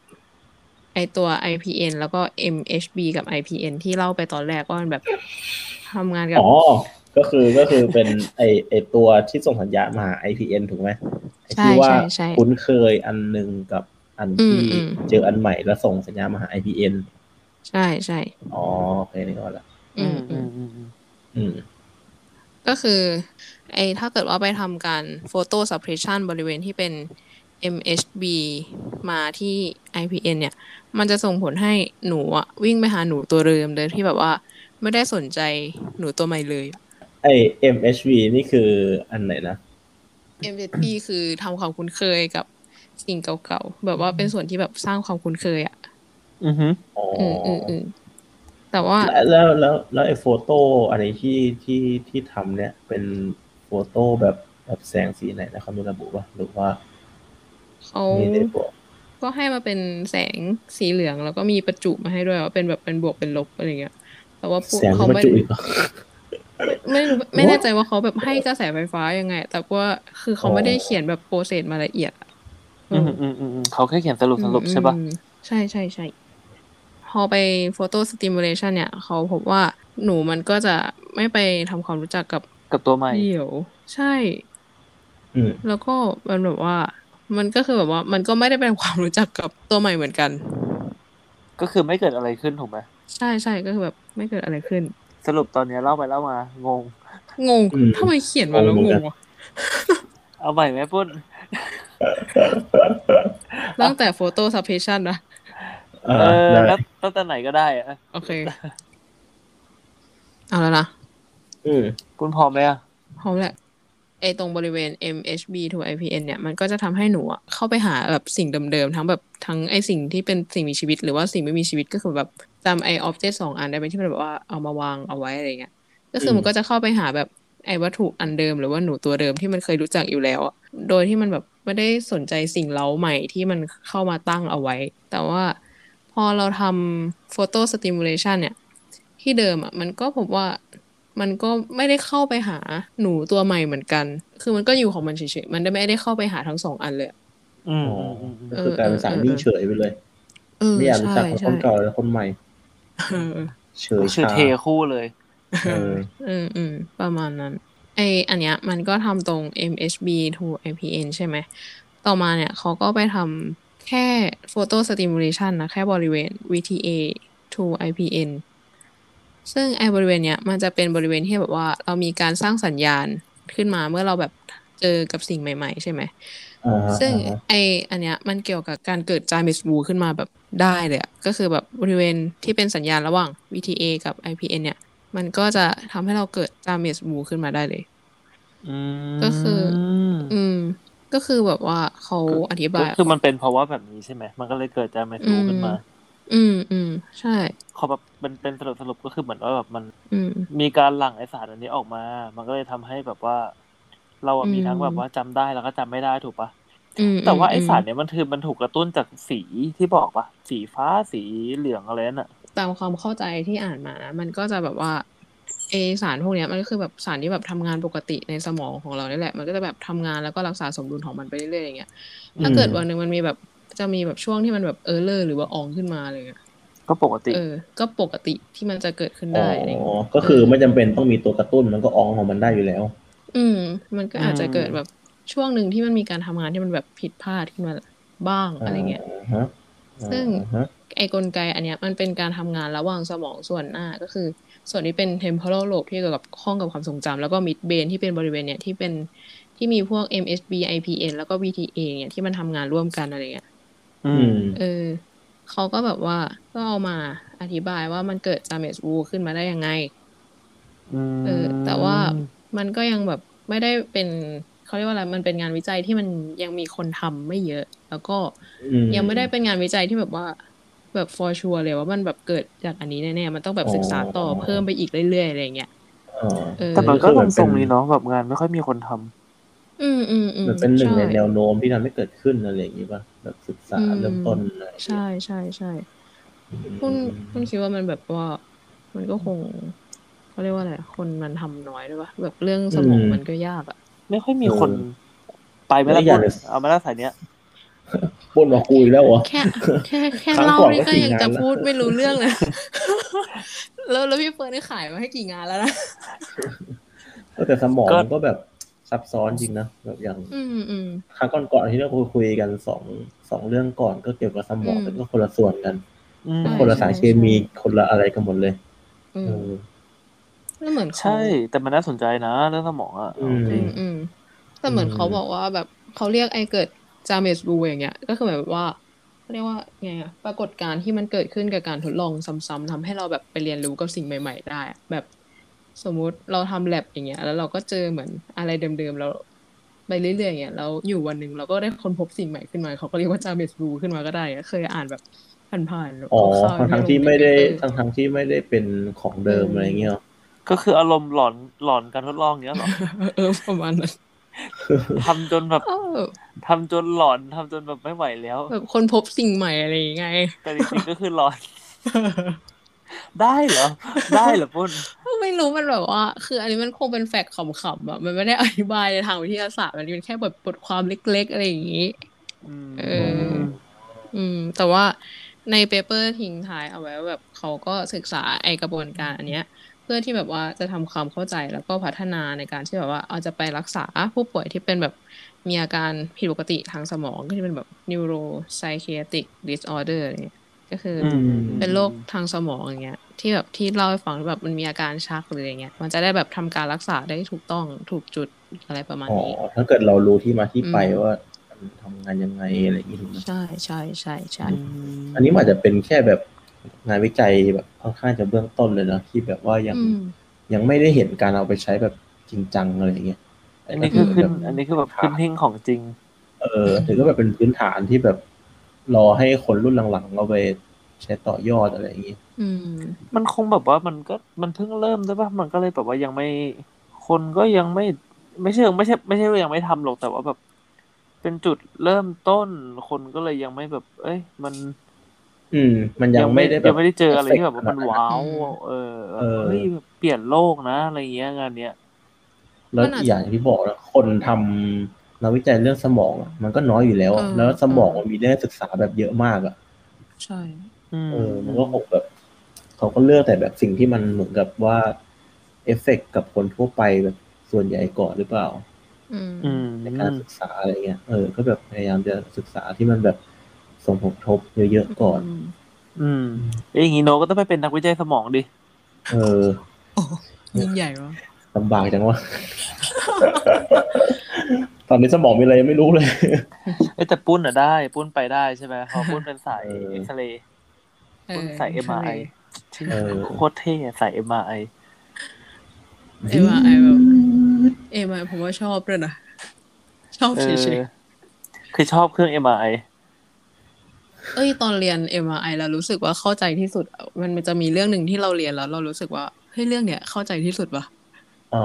S2: ไอตัว IPN แล้วก็ MHB กับ IPN ที่เล่าไปตอนแรกว่ามันแบบทำงานกับ
S3: อ๋อก็คือก็คือเป็นไอไอตัวที่ส่งสัญญาณมาหา IPN ถูกไหมไอที่ว่า
S2: ใช่ใช่ใช่
S3: คุ้นเคยอันหนึ่งกับอัน
S2: อื
S3: ที่
S2: มอืม
S3: เจออันใหม่แล้วส่งสัญญาณมาหา IPN
S2: ใช่ใช่
S3: อ๋อโอเคนี่ก็ละ
S2: อื
S1: อืม
S2: มอื
S1: อื
S2: ม
S1: มอืมอืม
S3: อืม
S2: ก็คือไอถ้าเกิดว่าไปทำการ photo suppression บริเวณที่เป็น MHB มาที่ IPN เนี่ย มันจะส่งผลให้หนูอะวิ่งไปหาหนูตัวเดิมเลยที่แบบว่าไม่ได้สนใจหนูตัวใหม่เลย
S3: ไอ MHV นี่คืออันไหนนะ
S2: MHB คือทำความคุ้นเคยกับสิ่งเก่าๆ แบบว่าเป็นส่วนที่แบบสร้างความคุ้นเคยอะ
S1: อือหือ
S3: อ๋ออ
S2: อืมอืมอืมแต่ว่า
S3: แล้วแล้วแล้วไอ้โฟโต้อะไรที่ที่ที่ทำเนี่ยเป็นโฟโต้แบบแบบแสงสีไหนนะครับมีระบุว่าหรือว่า
S2: เขา
S3: ไม่ได้บอก
S2: ก็ให้มาเป็นแสงสีเหลืองแล้วก็มีประจุมาให้ด้วยว่าเป็นแบบเป็นบวกเป็นลบอะไรเงี้ย แต่ว่าพวก
S3: แสง
S2: เขา
S3: ที่บรร
S2: ไม่
S3: จุอีกเหรอ
S2: ไม่รู้ไม่แน่ใจว่าเขาแบบให้กระแสไฟฟ้ายังไง แต่ว่าคือเขาไม่ได้เขียนแบบโปรเซสมาละเอียดอะ
S1: อืมอืมอืมอืมเขาแค่เขียนสรุปสรุปใช่ปะ
S2: อืมใช่ใช่ใช่ พอไปโฟโต้สติมูเลชันเนี่ย เขาพบว่าหนูมันก็จะไม่ไปทำความรู้จักกับ
S1: กับตัวใหม่
S2: เหยี่ยวใช่
S3: อืม
S2: แล้วก็มันแบบว่า มันก็คือแบบว่า มันก็ไม่ได้เป็นความรู้จักกับตัวใหม่เหมือนกัน
S1: ก็คือไม่เกิดอะไรขึ้นถูกไหม
S2: ใช่ใช่ก็คือแบบไม่เกิดอะไรขึ้น
S1: สรุปตอนเนี้ยเล่าไปเล่ามางง
S2: งง
S3: อืม
S2: ทำไมเขียนมาแล้ว
S3: งง
S2: ง
S3: เหมือนกั
S2: ง
S3: น
S2: วะ
S1: เอาใหม่ไหมปุ้น
S2: ตั้งแต่โฟโต้ซับเพชันนะ
S3: อ่า
S1: เออ
S3: ได้
S1: แล้วตั้งแต่ไหนก็ได้อะ
S2: โอ เค เอาแล้วนะ
S3: อืม
S1: ปุ้นพร้อมไหมอะ
S2: พร้อมแหละไอตรงบริเวณ MHB to IPN เนี่ยมันก็จะทำให้หนูอะเข้าไปหาแบบสิ่งเดิมๆ ทั้งแบบทั้งไอสิ่งที่เป็นสิ่งมีชีวิต หรือว่าสิ่งไม่มีชีวิตก็คือแบบจำไอออบเจกต์สองอันได้ไหมที่มันแบบว่าเอามาวางเอาไว้อะไรเงี้ยก็คืออ
S3: ม
S2: มันก็จะเข้าไปหาแบบไอวัตถุอันเดิม หรือว่าหนูตัวเดิมที่มันเคยรู้จักอยู่แล้วอะโดยที่มันแบบไม่ได้สนใจสิ่งเล้าใหม่ที่มันเข้ามาตั้งเอาไว้ แต่ว่าพอเราทำโฟโต้สติมูเลชันเนี่ย ที่เดิมอ่ะมันก็พบว่ามันก็ไม่ได้เข้าไปหาหนูตัวใหม่เหมือนกัน คือมันก็อยู่ของมันเฉยๆ มันได้ไม่ได้เข้าไปหาทั้งสองอันเลยอะ
S1: อืม
S3: อ๋อ
S1: อืมอืมอืม
S3: ก็คือกลายเป็นสายนิ่งเฉยไปเลย
S2: เออ
S3: ไม่อยากรู้
S2: ใช่
S3: จักกับค
S2: ใช่
S3: นเก่าและคนใหม่
S2: เออ
S3: เฉย
S1: ชื่อ
S3: ชา
S1: เทคู่เลย
S3: เออ
S2: อืมอืมประมาณนั้นไออันเนี้ยมันก็ทำตรง MHB to IPN ใช่ไหม ต่อมาเนี่ยเขาก็ไปทำแค่ Photo Stimulation นะ แค่บริเวณ VTA to IPN ซึ่งไอบริเวณเนี้ยมันจะเป็นบริเวณที่แบบว่าเรามีการสร้างสัญญาณขึ้นมาเมื่อเราแบบเจอกับสิ่งใหม่ๆ ใช่ไหม
S3: อ่าฮะ
S2: ซึ่ง
S3: อ่าฮะ
S2: ไออันเนี้ยมันเกี่ยวกับการเกิดจามิสบูขึ้นมาแบบได้เลยอะก็คือแบบบริเวณที่เป็นสัญญาณระหว่าง VTA กับ IPN เนี่ย มันก็จะทำให้เราเกิดจามิสบูขึ้นมาได้เลย
S1: อืม
S2: ก็คือ อืม ก็คือแบบว่าเขาอธิบา
S1: ก็
S2: ย
S1: คือมันเป็นเพราะว่าแบบนี้ใช่ไหมมันก็เลยเกิดจามารู
S2: อืม
S1: ขึ้นมา
S2: อืมอืมใช่
S1: ขอแบบเป็นเป็นสรุปสรุปก็คือเหมือนว่าแบบมัน
S2: อืม
S1: มีการหลั่งไอสารอันนี้ออกมา มันก็เลยทำให้แบบว่า เราอะมีทั้ง
S2: อืม
S1: แบบว่าจำได้แล้วก็จำไม่ได้ถูกปะ
S2: อืม
S1: แต่ว่าไอสาร
S2: ม
S1: เนี่ยมันคือมันถูกกระตุ้นจากสีที่บอกปะสีฟ้าสีเหลืองอะไรนั่นอะ
S2: ตามความเข้าใจที่อ่านมานะมันก็จะแบบว่าไอสารพวกเนี้ยมันก็คือแบบสารที่แบบทำงานปกติในสมองของเราเนี่ยแหละ มันก็จะแบบทำงานแล้วก็รักษาสมดุลของมันไปเรื่อยๆอย่างเงี้ย ถ้าเกิดวันหนึ่งมันมีแบบจะมีแบบช่วงที่มันแบบเออเลอร์หรือว่าอองขึ้นมาอะไรเลยอะ
S1: ก็ปกติ
S2: เออ ก็ปกติที่มันจะเกิดขึ้น
S3: อ๋
S2: ได้อะไรเงี้ย
S3: อ ก็คือไม่จำเป็นต้องมีตัวกระตุ้นมันก็อองของมันได้อยู่แล้ว
S2: อืม มันก็อาจจะ
S1: อืม
S2: เกิดแบบช่วงหนึ่งที่มันมีการทำงานที่มันแบบผิดพลาดขึ้นมาบ้างอะไรเงี้ย
S3: อ่าฮะ
S2: ซึ่ง
S3: อ่าฮะ
S2: ไอ้กลไกอันเนี้ยมันเป็นการทำงานระหว่างสมองส่วนหน้าก็คือ ส่วนที่เป็น temporal lobe ที่เกี่ยวกับข้องกับความทรงจำแล้วก็ mid brain ที่เป็นบริเวณเนี่ยที่เป็นที่มีพวก MHB IPN แล้วก็ VTA เนี่ยที่มันทำงานร่วมกันอะไรเงี้ย
S1: อื
S3: อื
S1: ม
S3: ม
S2: เออเขาก็แบบว่าก็เอามาอธิบายว่ามันเกิดจามสวูขึ้นมาได้ยังไง เออแต่ว่า มันก็ยังแบบไม่ได้เป็นเขาเรียกว่าอะไรมันเป็นงานวิจัยที่มันยังมีคนทำไม่เยอะ แล้วก็
S3: อืม
S2: ยังไม่ได้เป็นงานวิจัยที่แบบว่าแบบ for sure เลยว่ามันแบบเกิดจากอันนี้แน่ๆมันต้องแบบศึกษาต่อเพิ่มไปอีกเรื่อยๆอะไรอย่างเงี้ย
S3: อ่า
S2: เออ
S1: แต่มันก็
S3: คือ
S1: ท
S3: มัน
S1: รงๆ
S3: เป็น
S1: นี้เนาะแบบงานไม่ค่อยมีคนทำ
S2: อืมอืมอืม
S3: มันเป็นหนึ่งใน
S2: ช่
S3: แนวโน้มที่ทำให้เกิดขึ้นอะไรอย่างนี้ป่ะแบบศึกษา
S2: อืม
S3: เริ่มต้นอะไรอย่างเงี้ย
S2: ใช่ใช่ใช่
S3: อืม
S2: คุณคุณคิดว่ามันแบบว่า มันก็คงเขาเรียกว่าอะไรอะคนมันทำน้อยด้วยปะแบบเรื่องสมองมันก็ยากอะ
S1: ไม่ค่อยมีคนไปไหม่ละ
S3: แล้วอี
S1: ค
S3: กอย่าง
S1: น
S3: หนึ่ง
S1: เอามาละสายเนี้ย
S3: ปนมาคุยแล้วเหรอ
S2: แค่แค่แค่
S3: ครั้ง
S2: เล่า
S3: ก่อน
S2: นี่
S3: ก็
S2: ก็
S3: สี่
S2: ยัง
S3: งาน
S2: จะ
S3: แล้ว
S2: พูดไม่รู้เรื่องเลย แล้วแล้วพี่เฟิร์นนี่ขายมาให้กี่งานแล้วนะ
S3: ก็แต่สมอง
S1: ก็
S3: มันก็แบบซับซ้อนจริงนะแบบอย่าง
S2: อืมอืม
S3: ครั้งก่อนๆที่เราคุยกันสองสองเรื่องก่อนก็เกี่ยวกับสมอง
S2: อืม
S3: แต่ก็คนละส่วนกัน
S1: อืม
S2: ใช่
S3: คนละสารเคมีคนละอะไรกันหมดเลย
S2: อื
S3: เอ
S2: ม
S3: อ
S2: แล้วเหมือนเขา
S1: ใช่ แต่มันน่าสนใจนะเรื่องสมองอ่ะ
S3: อืม
S1: จ
S2: อื
S1: ริง
S2: มอืมแต่เหมือน
S3: อืม
S2: เขาบอกว่าแบบเขาเรียกไอ้เกิดจามสบูอย่างเงี้ย ก็คือแบบว่าเขาเรียกว่าไงอะปรากฏการณ์ที่มันเกิดขึ้นกับการทดลองซ้ำๆทำให้เราแบบไปเรียนรู้กับสิ่งใหม่ ๆ ได้อะแบบสมมุติเราทำแ a บอย่างเงี้ย แล้วเราก็เจอเหมือนอะไรเดิมๆแล้วไปเรื่อยๆอย่างเงี้ยแล้วอยู่วันหนึ่งเราก็ได้ค้นพบสิ่งใหม่ขึ้นมาเขาก็เรียกว่าจามสบูขึ้นมาก็ได้อะเคยอ่านแบบผ่านๆ
S3: อ๋อ
S2: คร่าวๆ
S3: ทั้ง
S2: ใน
S3: ทั้ง
S2: โรงเรียน
S3: ที่ไม่ได้
S2: เออ
S3: ทั้งทั้งที่ไม่ได้เป็นของเดิม
S2: อืม
S3: อะไรเงี้ยหรอ
S1: ก็คืออารมณ์หลอนหลอนการทดลองเนี้ ยเหรอ
S2: เออประมาณนั้น
S1: ทำจนแบบ
S2: เออ
S1: ทำจนหลอนทำจนแบบไม่ไหวแล้ว
S2: แบบค้นพบสิ่งใหม่อะไรอย่างเงี้ย
S1: แต่จริงๆก็คือหลอน ได้เหรอ ได้เหรอปุ้น
S2: ไม่รู้มันแบบว่า คืออันนี้มันคงเป็นแฟกต์ขำๆอะมันไม่ได้อธิบายในทางวิทยาศาสตร์ มันเป็นแค่บทบทความเล็กๆ อะไรอย่างนี้
S1: อืม
S2: เออ อืม แต่ว่า ในเปเปอร์ทิ้งท้ายเอาไว้ว่าแบบเขาก็ศึกษาไอกระบวนการอันเนี้ย เพื่อที่แบบว่าจะทำความเข้าใจแล้วก็พัฒนาในการที่แบบว่าเอาจะไปรักษาผู้ป่วยที่เป็นแบบมีอาการผิดปกติทางสมองก็จะเป็นแบบ neuropsychiatric disorder อะไรเงี้ยก็คืออ
S3: ม
S2: เป็นโรคทางสมองอย่างเงี้ยที่แบบที่เล่าให้ฟังแบบมันมีอาการชักหรืออย่างเงี้ยมันจะได้แบบทำการรักษาได้ถูกต้องถูกจุดอะไรประมาณ
S3: อ๋อ
S2: นี้
S3: ถ้าเกิดเรารู้ที่มาที่ไป
S2: อืม
S3: ว่ามันทำงานยังไงอะไรอย่างงี้ถูกไหม
S2: ใช่ใช่ใช่ใช่
S3: อันนี้มันอาจจะเป็นแค่แบบงานวิจัยแบบค่อนข้างจะเบื้องต้นเลยเนอะที่แบบว่ายัง
S2: อืม
S3: ยังไม่ได้เห็นการเอาไปใช้แบบจริงจังอะไรอย่างเงี้ย
S1: อันนี้คือขึ้น
S2: อืม
S1: อันนี้คือแบบขึ้นทิ้งของจริง
S3: เออถือว่าแบบเป็นพื้นฐานที่แบบรอให้คนรุ่นหลังๆเอาไปใช้ต่อยอดอะไรอย่างงี้
S2: อืม
S1: มันคงแบบว่ามันก็มันเพิ่งเริ่มด้วยป่ะมันก็เลยแบบว่ายังไม่ คนก็ยังไม่ ไม่เชิงไม่ใช่ไม่ใช่ว่ายังไม่ทำหรอกแต่ว่าแบบ เป็นจุดเริ่มต้น คนก็เลยยังไม่แบบ เอ้ย มัน
S3: อืม มันยังไม่ได้แบ
S1: ยั
S3: บ
S1: งไม่ได้เจออะไรที่แบบว่า
S3: effect
S1: มันว้าว
S2: ขนาดนั้น
S1: เออ
S3: เออ
S1: เฮ้ยแบบเปลี่ยนโลกนะอะไรเงี้ยงานเนี้ย
S3: แล้ว
S2: มันอาจจะ
S3: อีกอย่างที่บอกนะคนทำนักวิจัยเรื่องสมองอะมันก็น้อยอยู่แล้วอะ
S2: เออ
S3: แล้วสมองมันมีเรื่องศึกษาแบบเยอะมากอะ
S2: ใช่
S1: อืม
S3: เออมันก็คงแบบเขาก็เลือกแต่แบบสิ่งที่มันเหมือนกับว่าเอฟเฟกต์กับคนทั่วไปแบบส่วนใหญ่ก่อนหรือเปล่า
S2: อืม
S1: อืม
S3: ในการศึกษาอะไรเงี้ยเออก็แบบพยายามจะศึกษาที่มันแบบส่งผลกระทบเยอะๆก่อน
S2: ม
S1: อืมเอ้ยอย่างงี้โนก็ต้องไปเป็นนักวิจัยสมองดิ
S3: เออ
S2: โอ้ยิ่งใหญ่วะ
S3: ลำบากจังวะ ตอนนี้สมองมีอะไรยังไม่รู้เลย
S1: เอ้ยแต่ปุ้นอะได้ ปุ้นไปได้ใช่ไหมเพอปุ้นเป็นสาย
S3: เออ
S1: เอ็กซเรย์
S2: เอ
S1: ปุ้น
S2: อ
S1: สายเอ็มไอ
S3: เออ
S1: โคตรเท่อะสายเอ็มไอ
S2: เอ็มไอแบบเอ็มไอผมว่าชอบด้วยนะ ชอบ
S1: เอ
S2: เฉ
S1: อย คือชอบเครื่อง MRI
S2: ๆเอ้ยตอนเรียน MRI แล้วรู้สึกว่าเข้าใจที่สุดอะมันมันจะมีเรื่องหนึ่งที่เราเรียนแล้ว เรารู้สึกว่าเฮ้ยเรื่องเนี้ยเข้าใจที่สุดว่ะ
S3: อ๋อ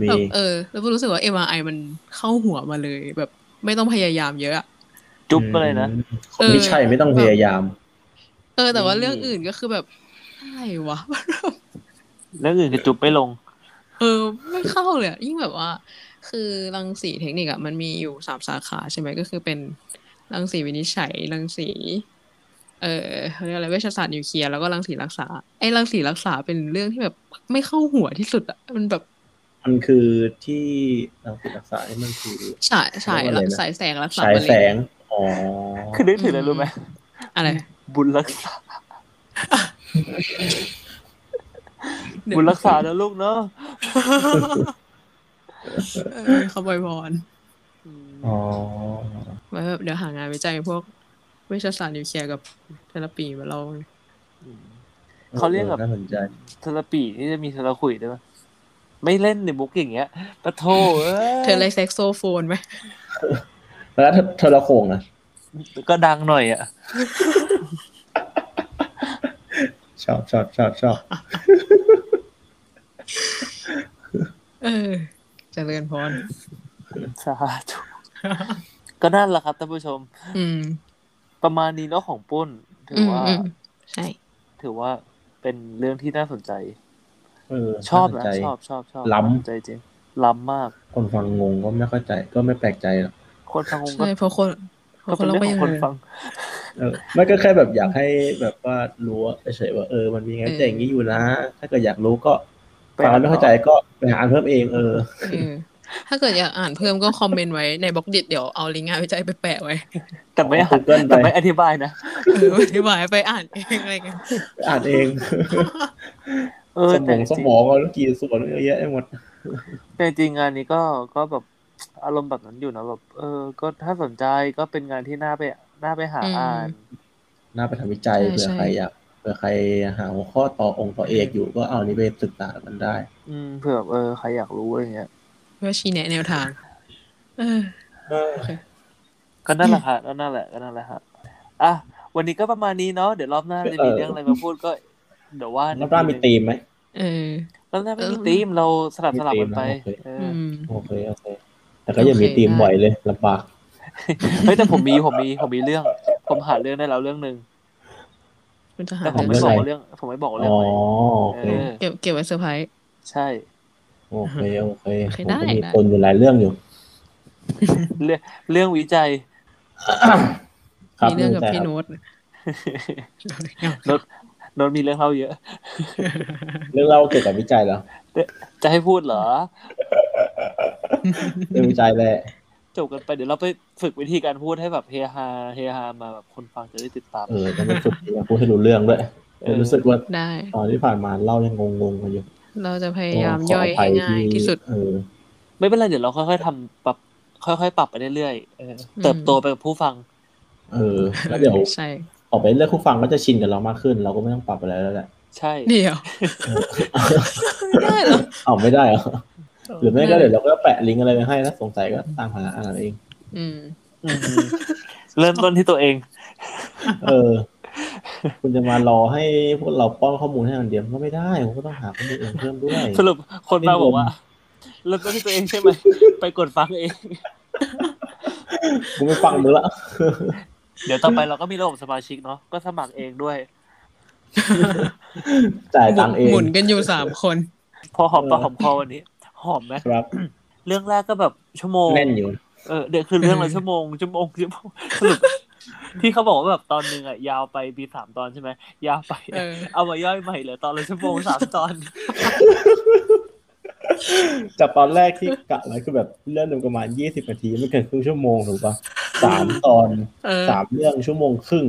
S3: มี
S2: แบบเออ แล้วก็รู้สึกว่า MRI มันเข้าหัวมาเลย แบบไม่ต้องพยายามเยอะอะ
S1: จุ๊บไปเลยนะ
S3: คนที่ใช่ไม่ต้องพยายาม
S2: เออ แต่ว่า
S1: อืม
S2: เรื่องอื่นก็คือแบบอะไรวะ
S1: แล้วอื่นคือจุ๊บไม่ลง
S2: เออ ไม่เข้าเลยอะยิ่งแบบว่า คือรังสีเทคนิคอะมันมีอยู่สามสาขาใช่ไหมก็คือเป็นรังสีวินิจฉัยรังสีเออเขาเรียกอะไรเวชศาสตร์นิวเคลียร์แล้วก็รังสีรักษาไอ้รังสีรักษาเป็นเรื่องที่แบบไม่เข้าหัวที่สุดอะมันแบบ
S3: มันคือที่ทางรักษาที่มันคือ
S2: ฉายฉายละสายแสงรักษา
S3: ฉาย
S2: มะ
S3: แส
S2: เร็
S3: ง อ๋อ
S1: คือนึกถึงอะไรรู้ไหม
S2: อะไร
S1: บุญรักษา บุญรักษานะลูกเนาะ
S2: เออเขาบอยพร
S3: อ๋อ
S2: ไว้แบบเดี๋ยวหางานวิจัยพวกเวชศาสตร์นิวเคลียร์กับเทอราปีมาลอง
S1: เขาเรียกแบบ
S3: น่าสนใจ
S1: เทเลปีที่จะมีเทเลคุยได้ไหมไม่เล่นในบุกอย่างเงี้ยปะโทเอ้ย
S2: เธอเลยเซ็กโซโฟนไหม
S3: แล้วเทอร์โคงอ่ะ
S1: ก็ดังหน่อยอ่ะ
S3: ชอบชอบชอบชอบ
S2: เออเจริญพร
S1: สาธุ ก็นั่นแหละครับท่านผู้ชม
S2: อืม
S1: ประมาณนี้เนาะของปุ้น ถือ
S2: อื
S1: อ
S2: ม
S1: ว่า
S2: อืมใช่
S1: ถือว่าเป็นเรื่องที่น่าสนใจ
S3: เออ
S1: ชอบนะ
S3: าสใจ
S1: ชอบชอบชอบ
S3: ล้ำ
S1: น่าสนใจจริงล้ำมาก
S3: คนฟังงงก็ไม่เข้าใจ ก็ไม่แปลกใจหรอก
S1: คนฟังงงก็
S2: ใช่เพราะคนเพ
S1: ก็
S2: ราะค
S1: เป็น นเรื่
S2: เรา
S1: อง
S2: ก็
S1: ของ
S2: ยั
S1: งคน
S2: งง
S1: ฟัง
S3: เออ ไม่ก็แค่แบบอยากให้แบบว่ารู้เฉยๆว่าเออ มันมีงาน
S2: เออ
S3: แต่อย่างนี้อยู่นะ ถ้าเกิดอยากรู้ก็
S1: ไป
S3: ฟัง
S1: อ่าน
S3: แล้วไม่เข้าใจก็ไปหาอ่านเพิ่มเอง เออ
S2: เออถ้าเกิดอยากอ่านเพิ่มก็คอมเมนต์ไว้ในบล็อกดิเดี๋ยวเอาลิงก์งานวิจัยไปแปะไว้
S1: แต่ไม่อ่าน
S3: Google ไป
S1: แต่ไม่อธิบายนะ
S2: เอออธิบายไปอ่านเองอะไรกัน
S3: ไปอ่านเอง
S1: เออ
S3: สม
S1: แต่
S3: อง
S1: จ
S3: ส
S1: ริง
S3: มองเอาแล้วกี่ส่วนเยอะแยะไปหมด
S1: แต่จริงงานนี้ก็ก็แบบอารมณ์แบบนั้นอยู่นะแบบเออ ก็ถ้าสนใจก็เป็นงานที่น่าไปน่าไปหาอ่าน
S3: น่าไปทำวิจัยเผื่อใครอยากเผื่อใครหาหัวข้อต่อองค์ต่อเอกอยู่ก็เอานี้ไปศึกษากันได้
S1: อืมเผื่อเออใครอยากรู้อะไรเงี้ย
S2: เพื่อชี้แนะแนวทาง เออ
S1: ก็นั่นแหละค่ะก็นั่นแหละก็นั่นแหละค่ะอ่ะวันนี้ก็ประมาณนี้เนาะเดี๋ยวรอบหน้าจะมีเรื่องอะไรมาพูดก็ เดี๋ยวว่า
S3: แล้วป้ามีธีมไหม
S2: เออ
S1: รอบหน้าไม่มีธีมเราสลับสลับกันไป
S3: มีธีมนะโอเค
S1: เออ
S2: อืม
S3: โอเคโอเค แต่ก็อย่ามีธีมบ่อยเลยลำบาก
S1: เฮ้ยแต่ผมมีผมมีผมมีเรื่อง ผมหาเรื่องได้แล้วเรื่องหนึ่ง
S2: คุณจะหา
S1: แต่ผมไม่บ
S3: เรื่อง
S1: อ
S3: อะ
S1: กว่า
S3: ไร
S1: เรื่อง ผมไม่บอกว่าเรื่อ
S3: อ๋
S1: ง
S3: อ
S1: อะไร
S3: โอเค
S1: เออ
S2: เก็บเก็บไว้เซอร์ไพรส์
S1: ใช่
S3: โอเคโอเค
S2: โอเค
S3: ผม
S2: ได้
S3: ก็มี
S2: ได้
S3: คนอยู่หลายเรื่องอยู่
S1: เรื่องเรื่องวิจัย
S3: ครับ
S2: มีเรื่องกับ
S3: ใช่
S2: พี่
S3: ครับ
S2: โน้ต
S1: โน้ตโน้ตมีเรื่องเล่าเยอะ
S3: เรื่องเล่าเกี่ยวกับวิจัยเหรอ
S1: จะให้พูดเหรอ
S3: เรื่องวิจัยแหละ
S1: จบกันไปเดี๋ยวเราไปฝึกวิธีการพูดให้แบบเฮฮาเฮฮามาแบบคนฟังจะได้ติดตาม
S3: เออต้องไปฝึกนะพูดให้รู้เรื่องด้วย
S1: เออ
S3: รู้สึกว่า
S2: ได้
S3: ตอนที่ผ่านมาเล่ายังงงๆกันอยู่
S2: เราจะพยายามย่อยให้ง่ายที่สุด
S3: เออ
S1: ไม่เป็นไรเดี๋ยวเราค่อยๆทำปรับ ค่อยๆปรับไปเรื่อยๆเออเติบโตไปกับผู้ฟัง
S3: เออ แล้วเดี๋ยว
S2: ใช่
S3: ออกไปเรื่อยผู้ฟังก็จะชินกับเรามากขึ้น เราก็ไม่ต้องปรับอะไรแล้วแหละ
S1: ใช่
S2: เดี๋ยว ได้เหรอ
S3: เอาไม่ได้เหรอหรือไม่ก็เดี๋ยวเราก็แปะลิงก์อะไรไปให้ถ้าสงสัยก็ตามหาอ่านเอง
S2: อืม
S1: อืมเริ่มต้นที่ตัวเอง
S3: เออ คุณจะมารอให้พวกเราป้อนข้อมูลให้มันเดียวมันก็ไม่ได้คุณก็ต้องหาข้อมูลเองเพิ่มด้วย
S1: สรุปคนมาบอกว่า เริ่มต้นที่ตัวเองใช่ไหม ไปกดฟังเอง
S3: กูไม่ฟังมึงละ
S1: เดี๋ยวต่อไปเราก็มีระบบสมาชิกเนาะก็สมัครเองด้วย
S3: จ่ายตังค์เอง
S2: หมุนกันอยู่สามคน
S1: พอหอมปากหอมคอวันนี้ หอมไหม
S3: ครับ
S1: เรื่องแรกก็แบบชั่วโมง
S3: แน่นอยู่
S1: เออเดี๋ยวคือเรื่องละ
S2: เออ
S1: ชั่วโมงชั่วโมงชั่วโมงสรุปที่เขาบอกว่าแบบตอนหนึ่งอ่ะยาวไปมีสามตอนใช่ไหมยาวไป
S2: เออ
S1: เอามาย่อยใหม่เหลือตอนละชั่วโมงสามตอน
S3: จากตอนแรกที่กะไว้คือแบบเรื่องหนึ่งประมาณยี่สิบนาทีไม่เกินครึ่งชั่วโมงถูกปะสามตอน
S2: เออ
S3: สามเรื่องชั่วโมงครึ่ง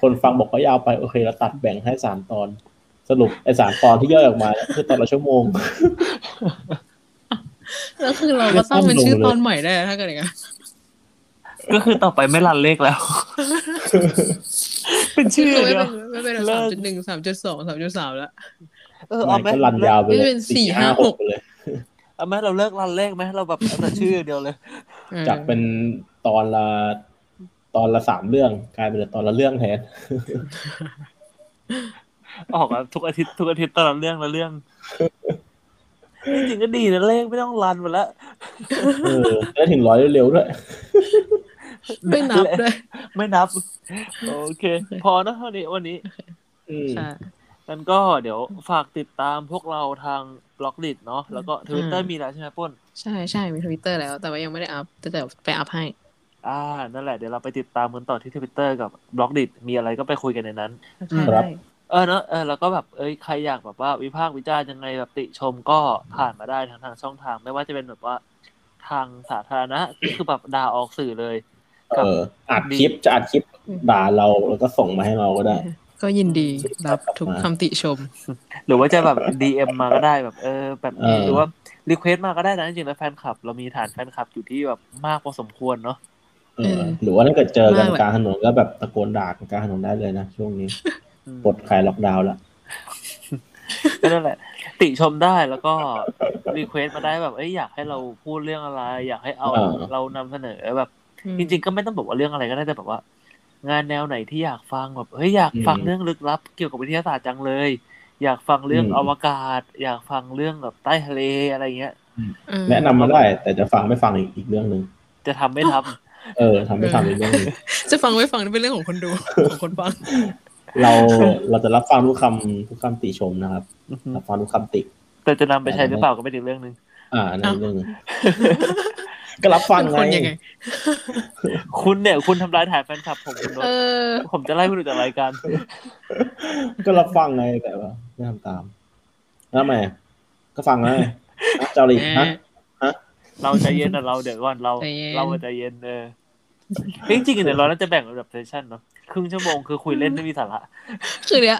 S3: คนฟังบอกว่ายาวไปโอเคเราตัดแบ่งให้สามตอน สรุปไอ้สามตอนที่ย่อยออกมาเนี่ยคือตอนละชั่วโมง
S2: แล้วคือเราก็ตั้งเป็นชื่อตอนใหม่ได้นะถ้าเกิดอย่างนั้น
S1: ก็คือต่อไปไม่รันเลขแล้ว เป็นชื่อ
S2: คือไม่
S1: เดียว
S2: เป็นไม่เป็น
S1: เลิ
S2: สาก มจุดหนึ่งสามจุดสองสามจุดสามแล้ว
S1: เออเอาไหม
S3: มันก็รันยาวไปเล
S2: ไม่
S3: ย
S2: เป็นสี่ห้าหก
S3: เลย
S1: เอาไหมเราเลิกรันเลขไหมเราแบบเอาแต่ชื่อเดียวเลย
S2: เออ
S3: จากเป็นตอนละตอนละสามเรื่องกลายเป็นเหลือตอนละเรื่องแทน
S1: ออกอะทุกอาทิตย์ทุกอาทิตย์ตอนละเรื่องละเรื่องจริงๆก็ดีนะเลขไม่ต้องรันหมดละ
S3: เออแล้วถึงร้อยเร็วๆด้วย
S2: ไม่นับด้วย
S1: ไม่นับ โอเค พอนะวันนี้วันนี้
S3: อืม
S2: ใช่
S1: งั้นก็เดี๋ยวฝากติดตามพวกเราทางบล็อกดิเนาะแล้วก็ทวิตเตอร์
S2: อืม
S1: มีแล้วใช่ไหมปุ้น
S2: ใช่ใช่มีทวิตเตอร์แล้ว แต่ว่ายังไม่ได้อัพแต่เดี๋ยวไปอัพให้
S1: อ่า นั่นแหละเดี๋ยวเราไปติดตามกันต่อที่ทวิตเตอร์กับบล็อกดิมีอะไรก็ไปคุยกันในนั้น อืม
S3: ครับ
S1: เออเนาะเออแล้วก็แบบเอ้ยใครอยากแบบว่าวิพากษ์วิจารณ์ยังไงแบบติชมก็ผ่านมาได้ทางทางช่องทาง ไม่ว่าจะเป็นแบบว่าทางสาธารณะ คือแบบด่าออกสื่อเลย
S3: เอออัดคลิปจะอัดคลิปด่าเราแล้วก็ส่งมาให้เราก็ได้
S2: ก็ยินดีรับทุกคำติชม
S1: หรือว่าจะแบบ DM มาก็ได้แบบเออแบบนี้
S3: เออ
S1: หรือว่ารีเควสมาก็ได้นะจริงๆแล้วแฟนคลับ เรามีฐานแฟนคลับอยู่ที่แบบมากพอสมควรเนาะ
S3: เออ
S2: เออ
S3: หรือว่าถ้าเกิดเจอกั
S2: มาก
S3: น
S2: เลย
S3: กลางถนนก็แบบตะโกนด่ากันกลางถนนได้เลยนะช่วงนี้ปลดคลายล็อกดาวน์ละ
S1: ก็นั่นแหละ ติชมได้แล้วก็รีเควสมาได้แบบเอ้ยอยากให้เราพูดเรื่องอะไร อยากให้เอาเรานำเสนอแบบ จริง ๆ ก็ไม่ต้องบอกว่าเรื่องอะไรก็ได้แต่แบบว่า งานแนวไหนที่อยากฟังแบบเฮ้ยอยากฟังเรื่องลึกลับ เกี่ยวกับวิทยาศาสตร์จังเลย อยากฟังเรื่องอวกาศ อยากฟังเรื่องแบบใต้ทะเลอะไรเงี้ย
S2: อืม
S3: แนะนำมาได้ แต่จะฟังไม่ฟังอีกอีกเรื่องหนึ่ง
S1: จะทำไม่ทำ
S3: เออทำไม่ทำอีกเรื่องหนึ่ง
S2: จะฟังไม่ฟังนี่เป็นเรื่องของคนดู ของคนฟัง
S3: เราเราจะรับฟังทุกคำทุกคำติชมนะครับ
S1: อือ ฮึ
S3: รับฟังทุกคำติ
S1: แต่จะนำไปใช้หรือเปล่าก็เป็นอีกเรื่องหนึ่ง
S3: อ่านั่น
S2: อ้าว
S3: อีกเรื่องหนึ่งก็รับฟัง
S2: เป็นค
S3: ไง
S2: นยังไง
S1: คุณเนี่ยคุณทำร้ายฐานแฟนคลับผมคุณโน
S2: เอ
S1: ต
S2: อ
S1: ผมจะไล่คุณออกจากรายการ
S3: ก็รับฟังไงแต่ว่าไม่ทำตามแล้วทำไมก็ฟังไงฮะเจ้า หลีกฮะ
S1: เราใจเย็นนะเราเดี๋ยวก่อนเรา
S2: ใจเย็น
S1: เราใจเย็นเออจริงๆเนี่ยเราน่าจะแบ่งเป็นแบบเซสชั่นเนาะครึ่งชั่วโมงคือคุยเล่นไม่มีสาระ
S2: คือเนี้ย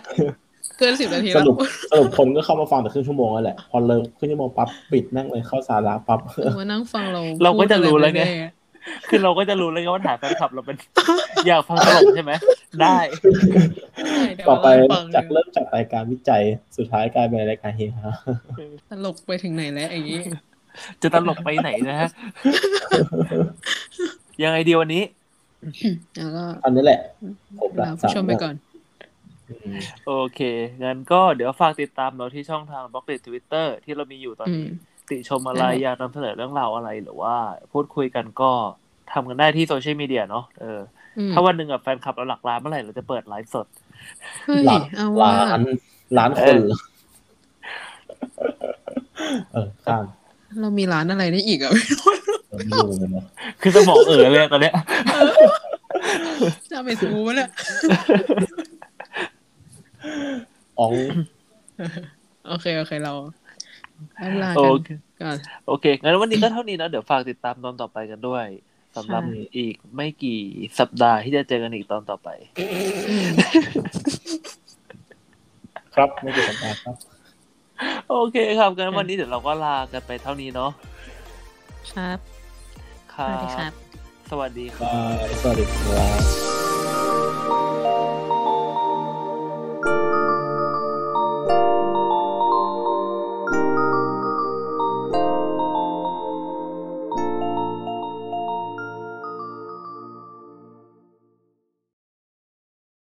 S2: เกินสิบนาที
S3: ส
S2: แล้ว
S3: รุปสรุปคนก็เข้ามาฟังแต่ครึ่งชั่วโมงนั่นแหละ พอเลิกครึ่งชั่วโมงปั๊บปิดนั่งเลยเข้าสาระปั๊บ
S2: เออมานั่งฟังเรา
S1: เราก็จะรู้แล้วไง
S2: พูดอปเรื่อยๆ
S1: คือเราก็จะรู้แล้วไงว่าถ่ายแฟนคลับเราเป็น อยากฟังตลกใช่ไหมได้
S2: ได้เดี๋ยว
S3: ต่อไป
S2: เราฟัง
S3: จากเริ่มจากรายการวิจัยสุดท้ายกลายเป็นรายการเฮฮา
S2: ตลกไปถึงไหนแล้วอย่างนี้
S1: จะตลกไปไหนนะฮะยังไงดีวันนี้
S2: แล้วก็
S3: อันนี้แหละ ผมละ
S2: ลาผู้ชมไปก่อน
S3: อืม
S1: โอเคงั้นก็เดี๋ยวฝากติดตามเราที่ช่องทางบล็อกเดททวิตเตอร์ที่เรามีอยู่ตอน
S2: อืม
S1: นี้ ติชมอะไร
S2: ได้
S1: อยากนำเสนอเรื่องราวอะไรหรือว่า พูดคุยกันก็ทำกันได้ที่โซเชียลมีเดียเนาะเออ
S2: อืม
S1: ถ้าวันหนึ่งแบบแฟนคลับเราหลักล้านเมื่อไหร่เราจะเปิดไลฟ์สด
S2: เฮ้ย
S3: หลาน
S2: เอา
S3: ห
S2: ว่า
S3: ลานหลานคนเหรอเออข้าม
S2: เรามีร้านอะไร ได้อีกอ่ะ
S3: เออไม่รู้เหมือนกันวะ
S1: คือสมองเอ๋อเลยอะตอนเนี้ย
S2: จะเมสบูมันอะ
S3: อ๋อง
S2: โอเคโอเคเราอำลา
S1: โอ
S2: กัน
S1: เค
S2: ก่อน
S1: โอเค งั้นวันนี้ก็เท่านี้นะ เดี๋ยวฝากติดตามตอนต่อไปกันด้วยสำหรับ
S2: ใช่
S1: อีกไม่กี่สัปดาห์ที่จะเจอกันอีกตอนต่อไป
S3: ครับ ไม่เกี่ยวกับการครับ
S1: โอเคครับงั้นวันนี้เดี๋ยวเราก็ลากันไปเท่านี้เนาะ
S4: ครับ
S1: ค
S4: ส
S1: รับ
S4: วัสดีครับ
S1: สวัสดีครับ
S3: บาย สวัสดีครับ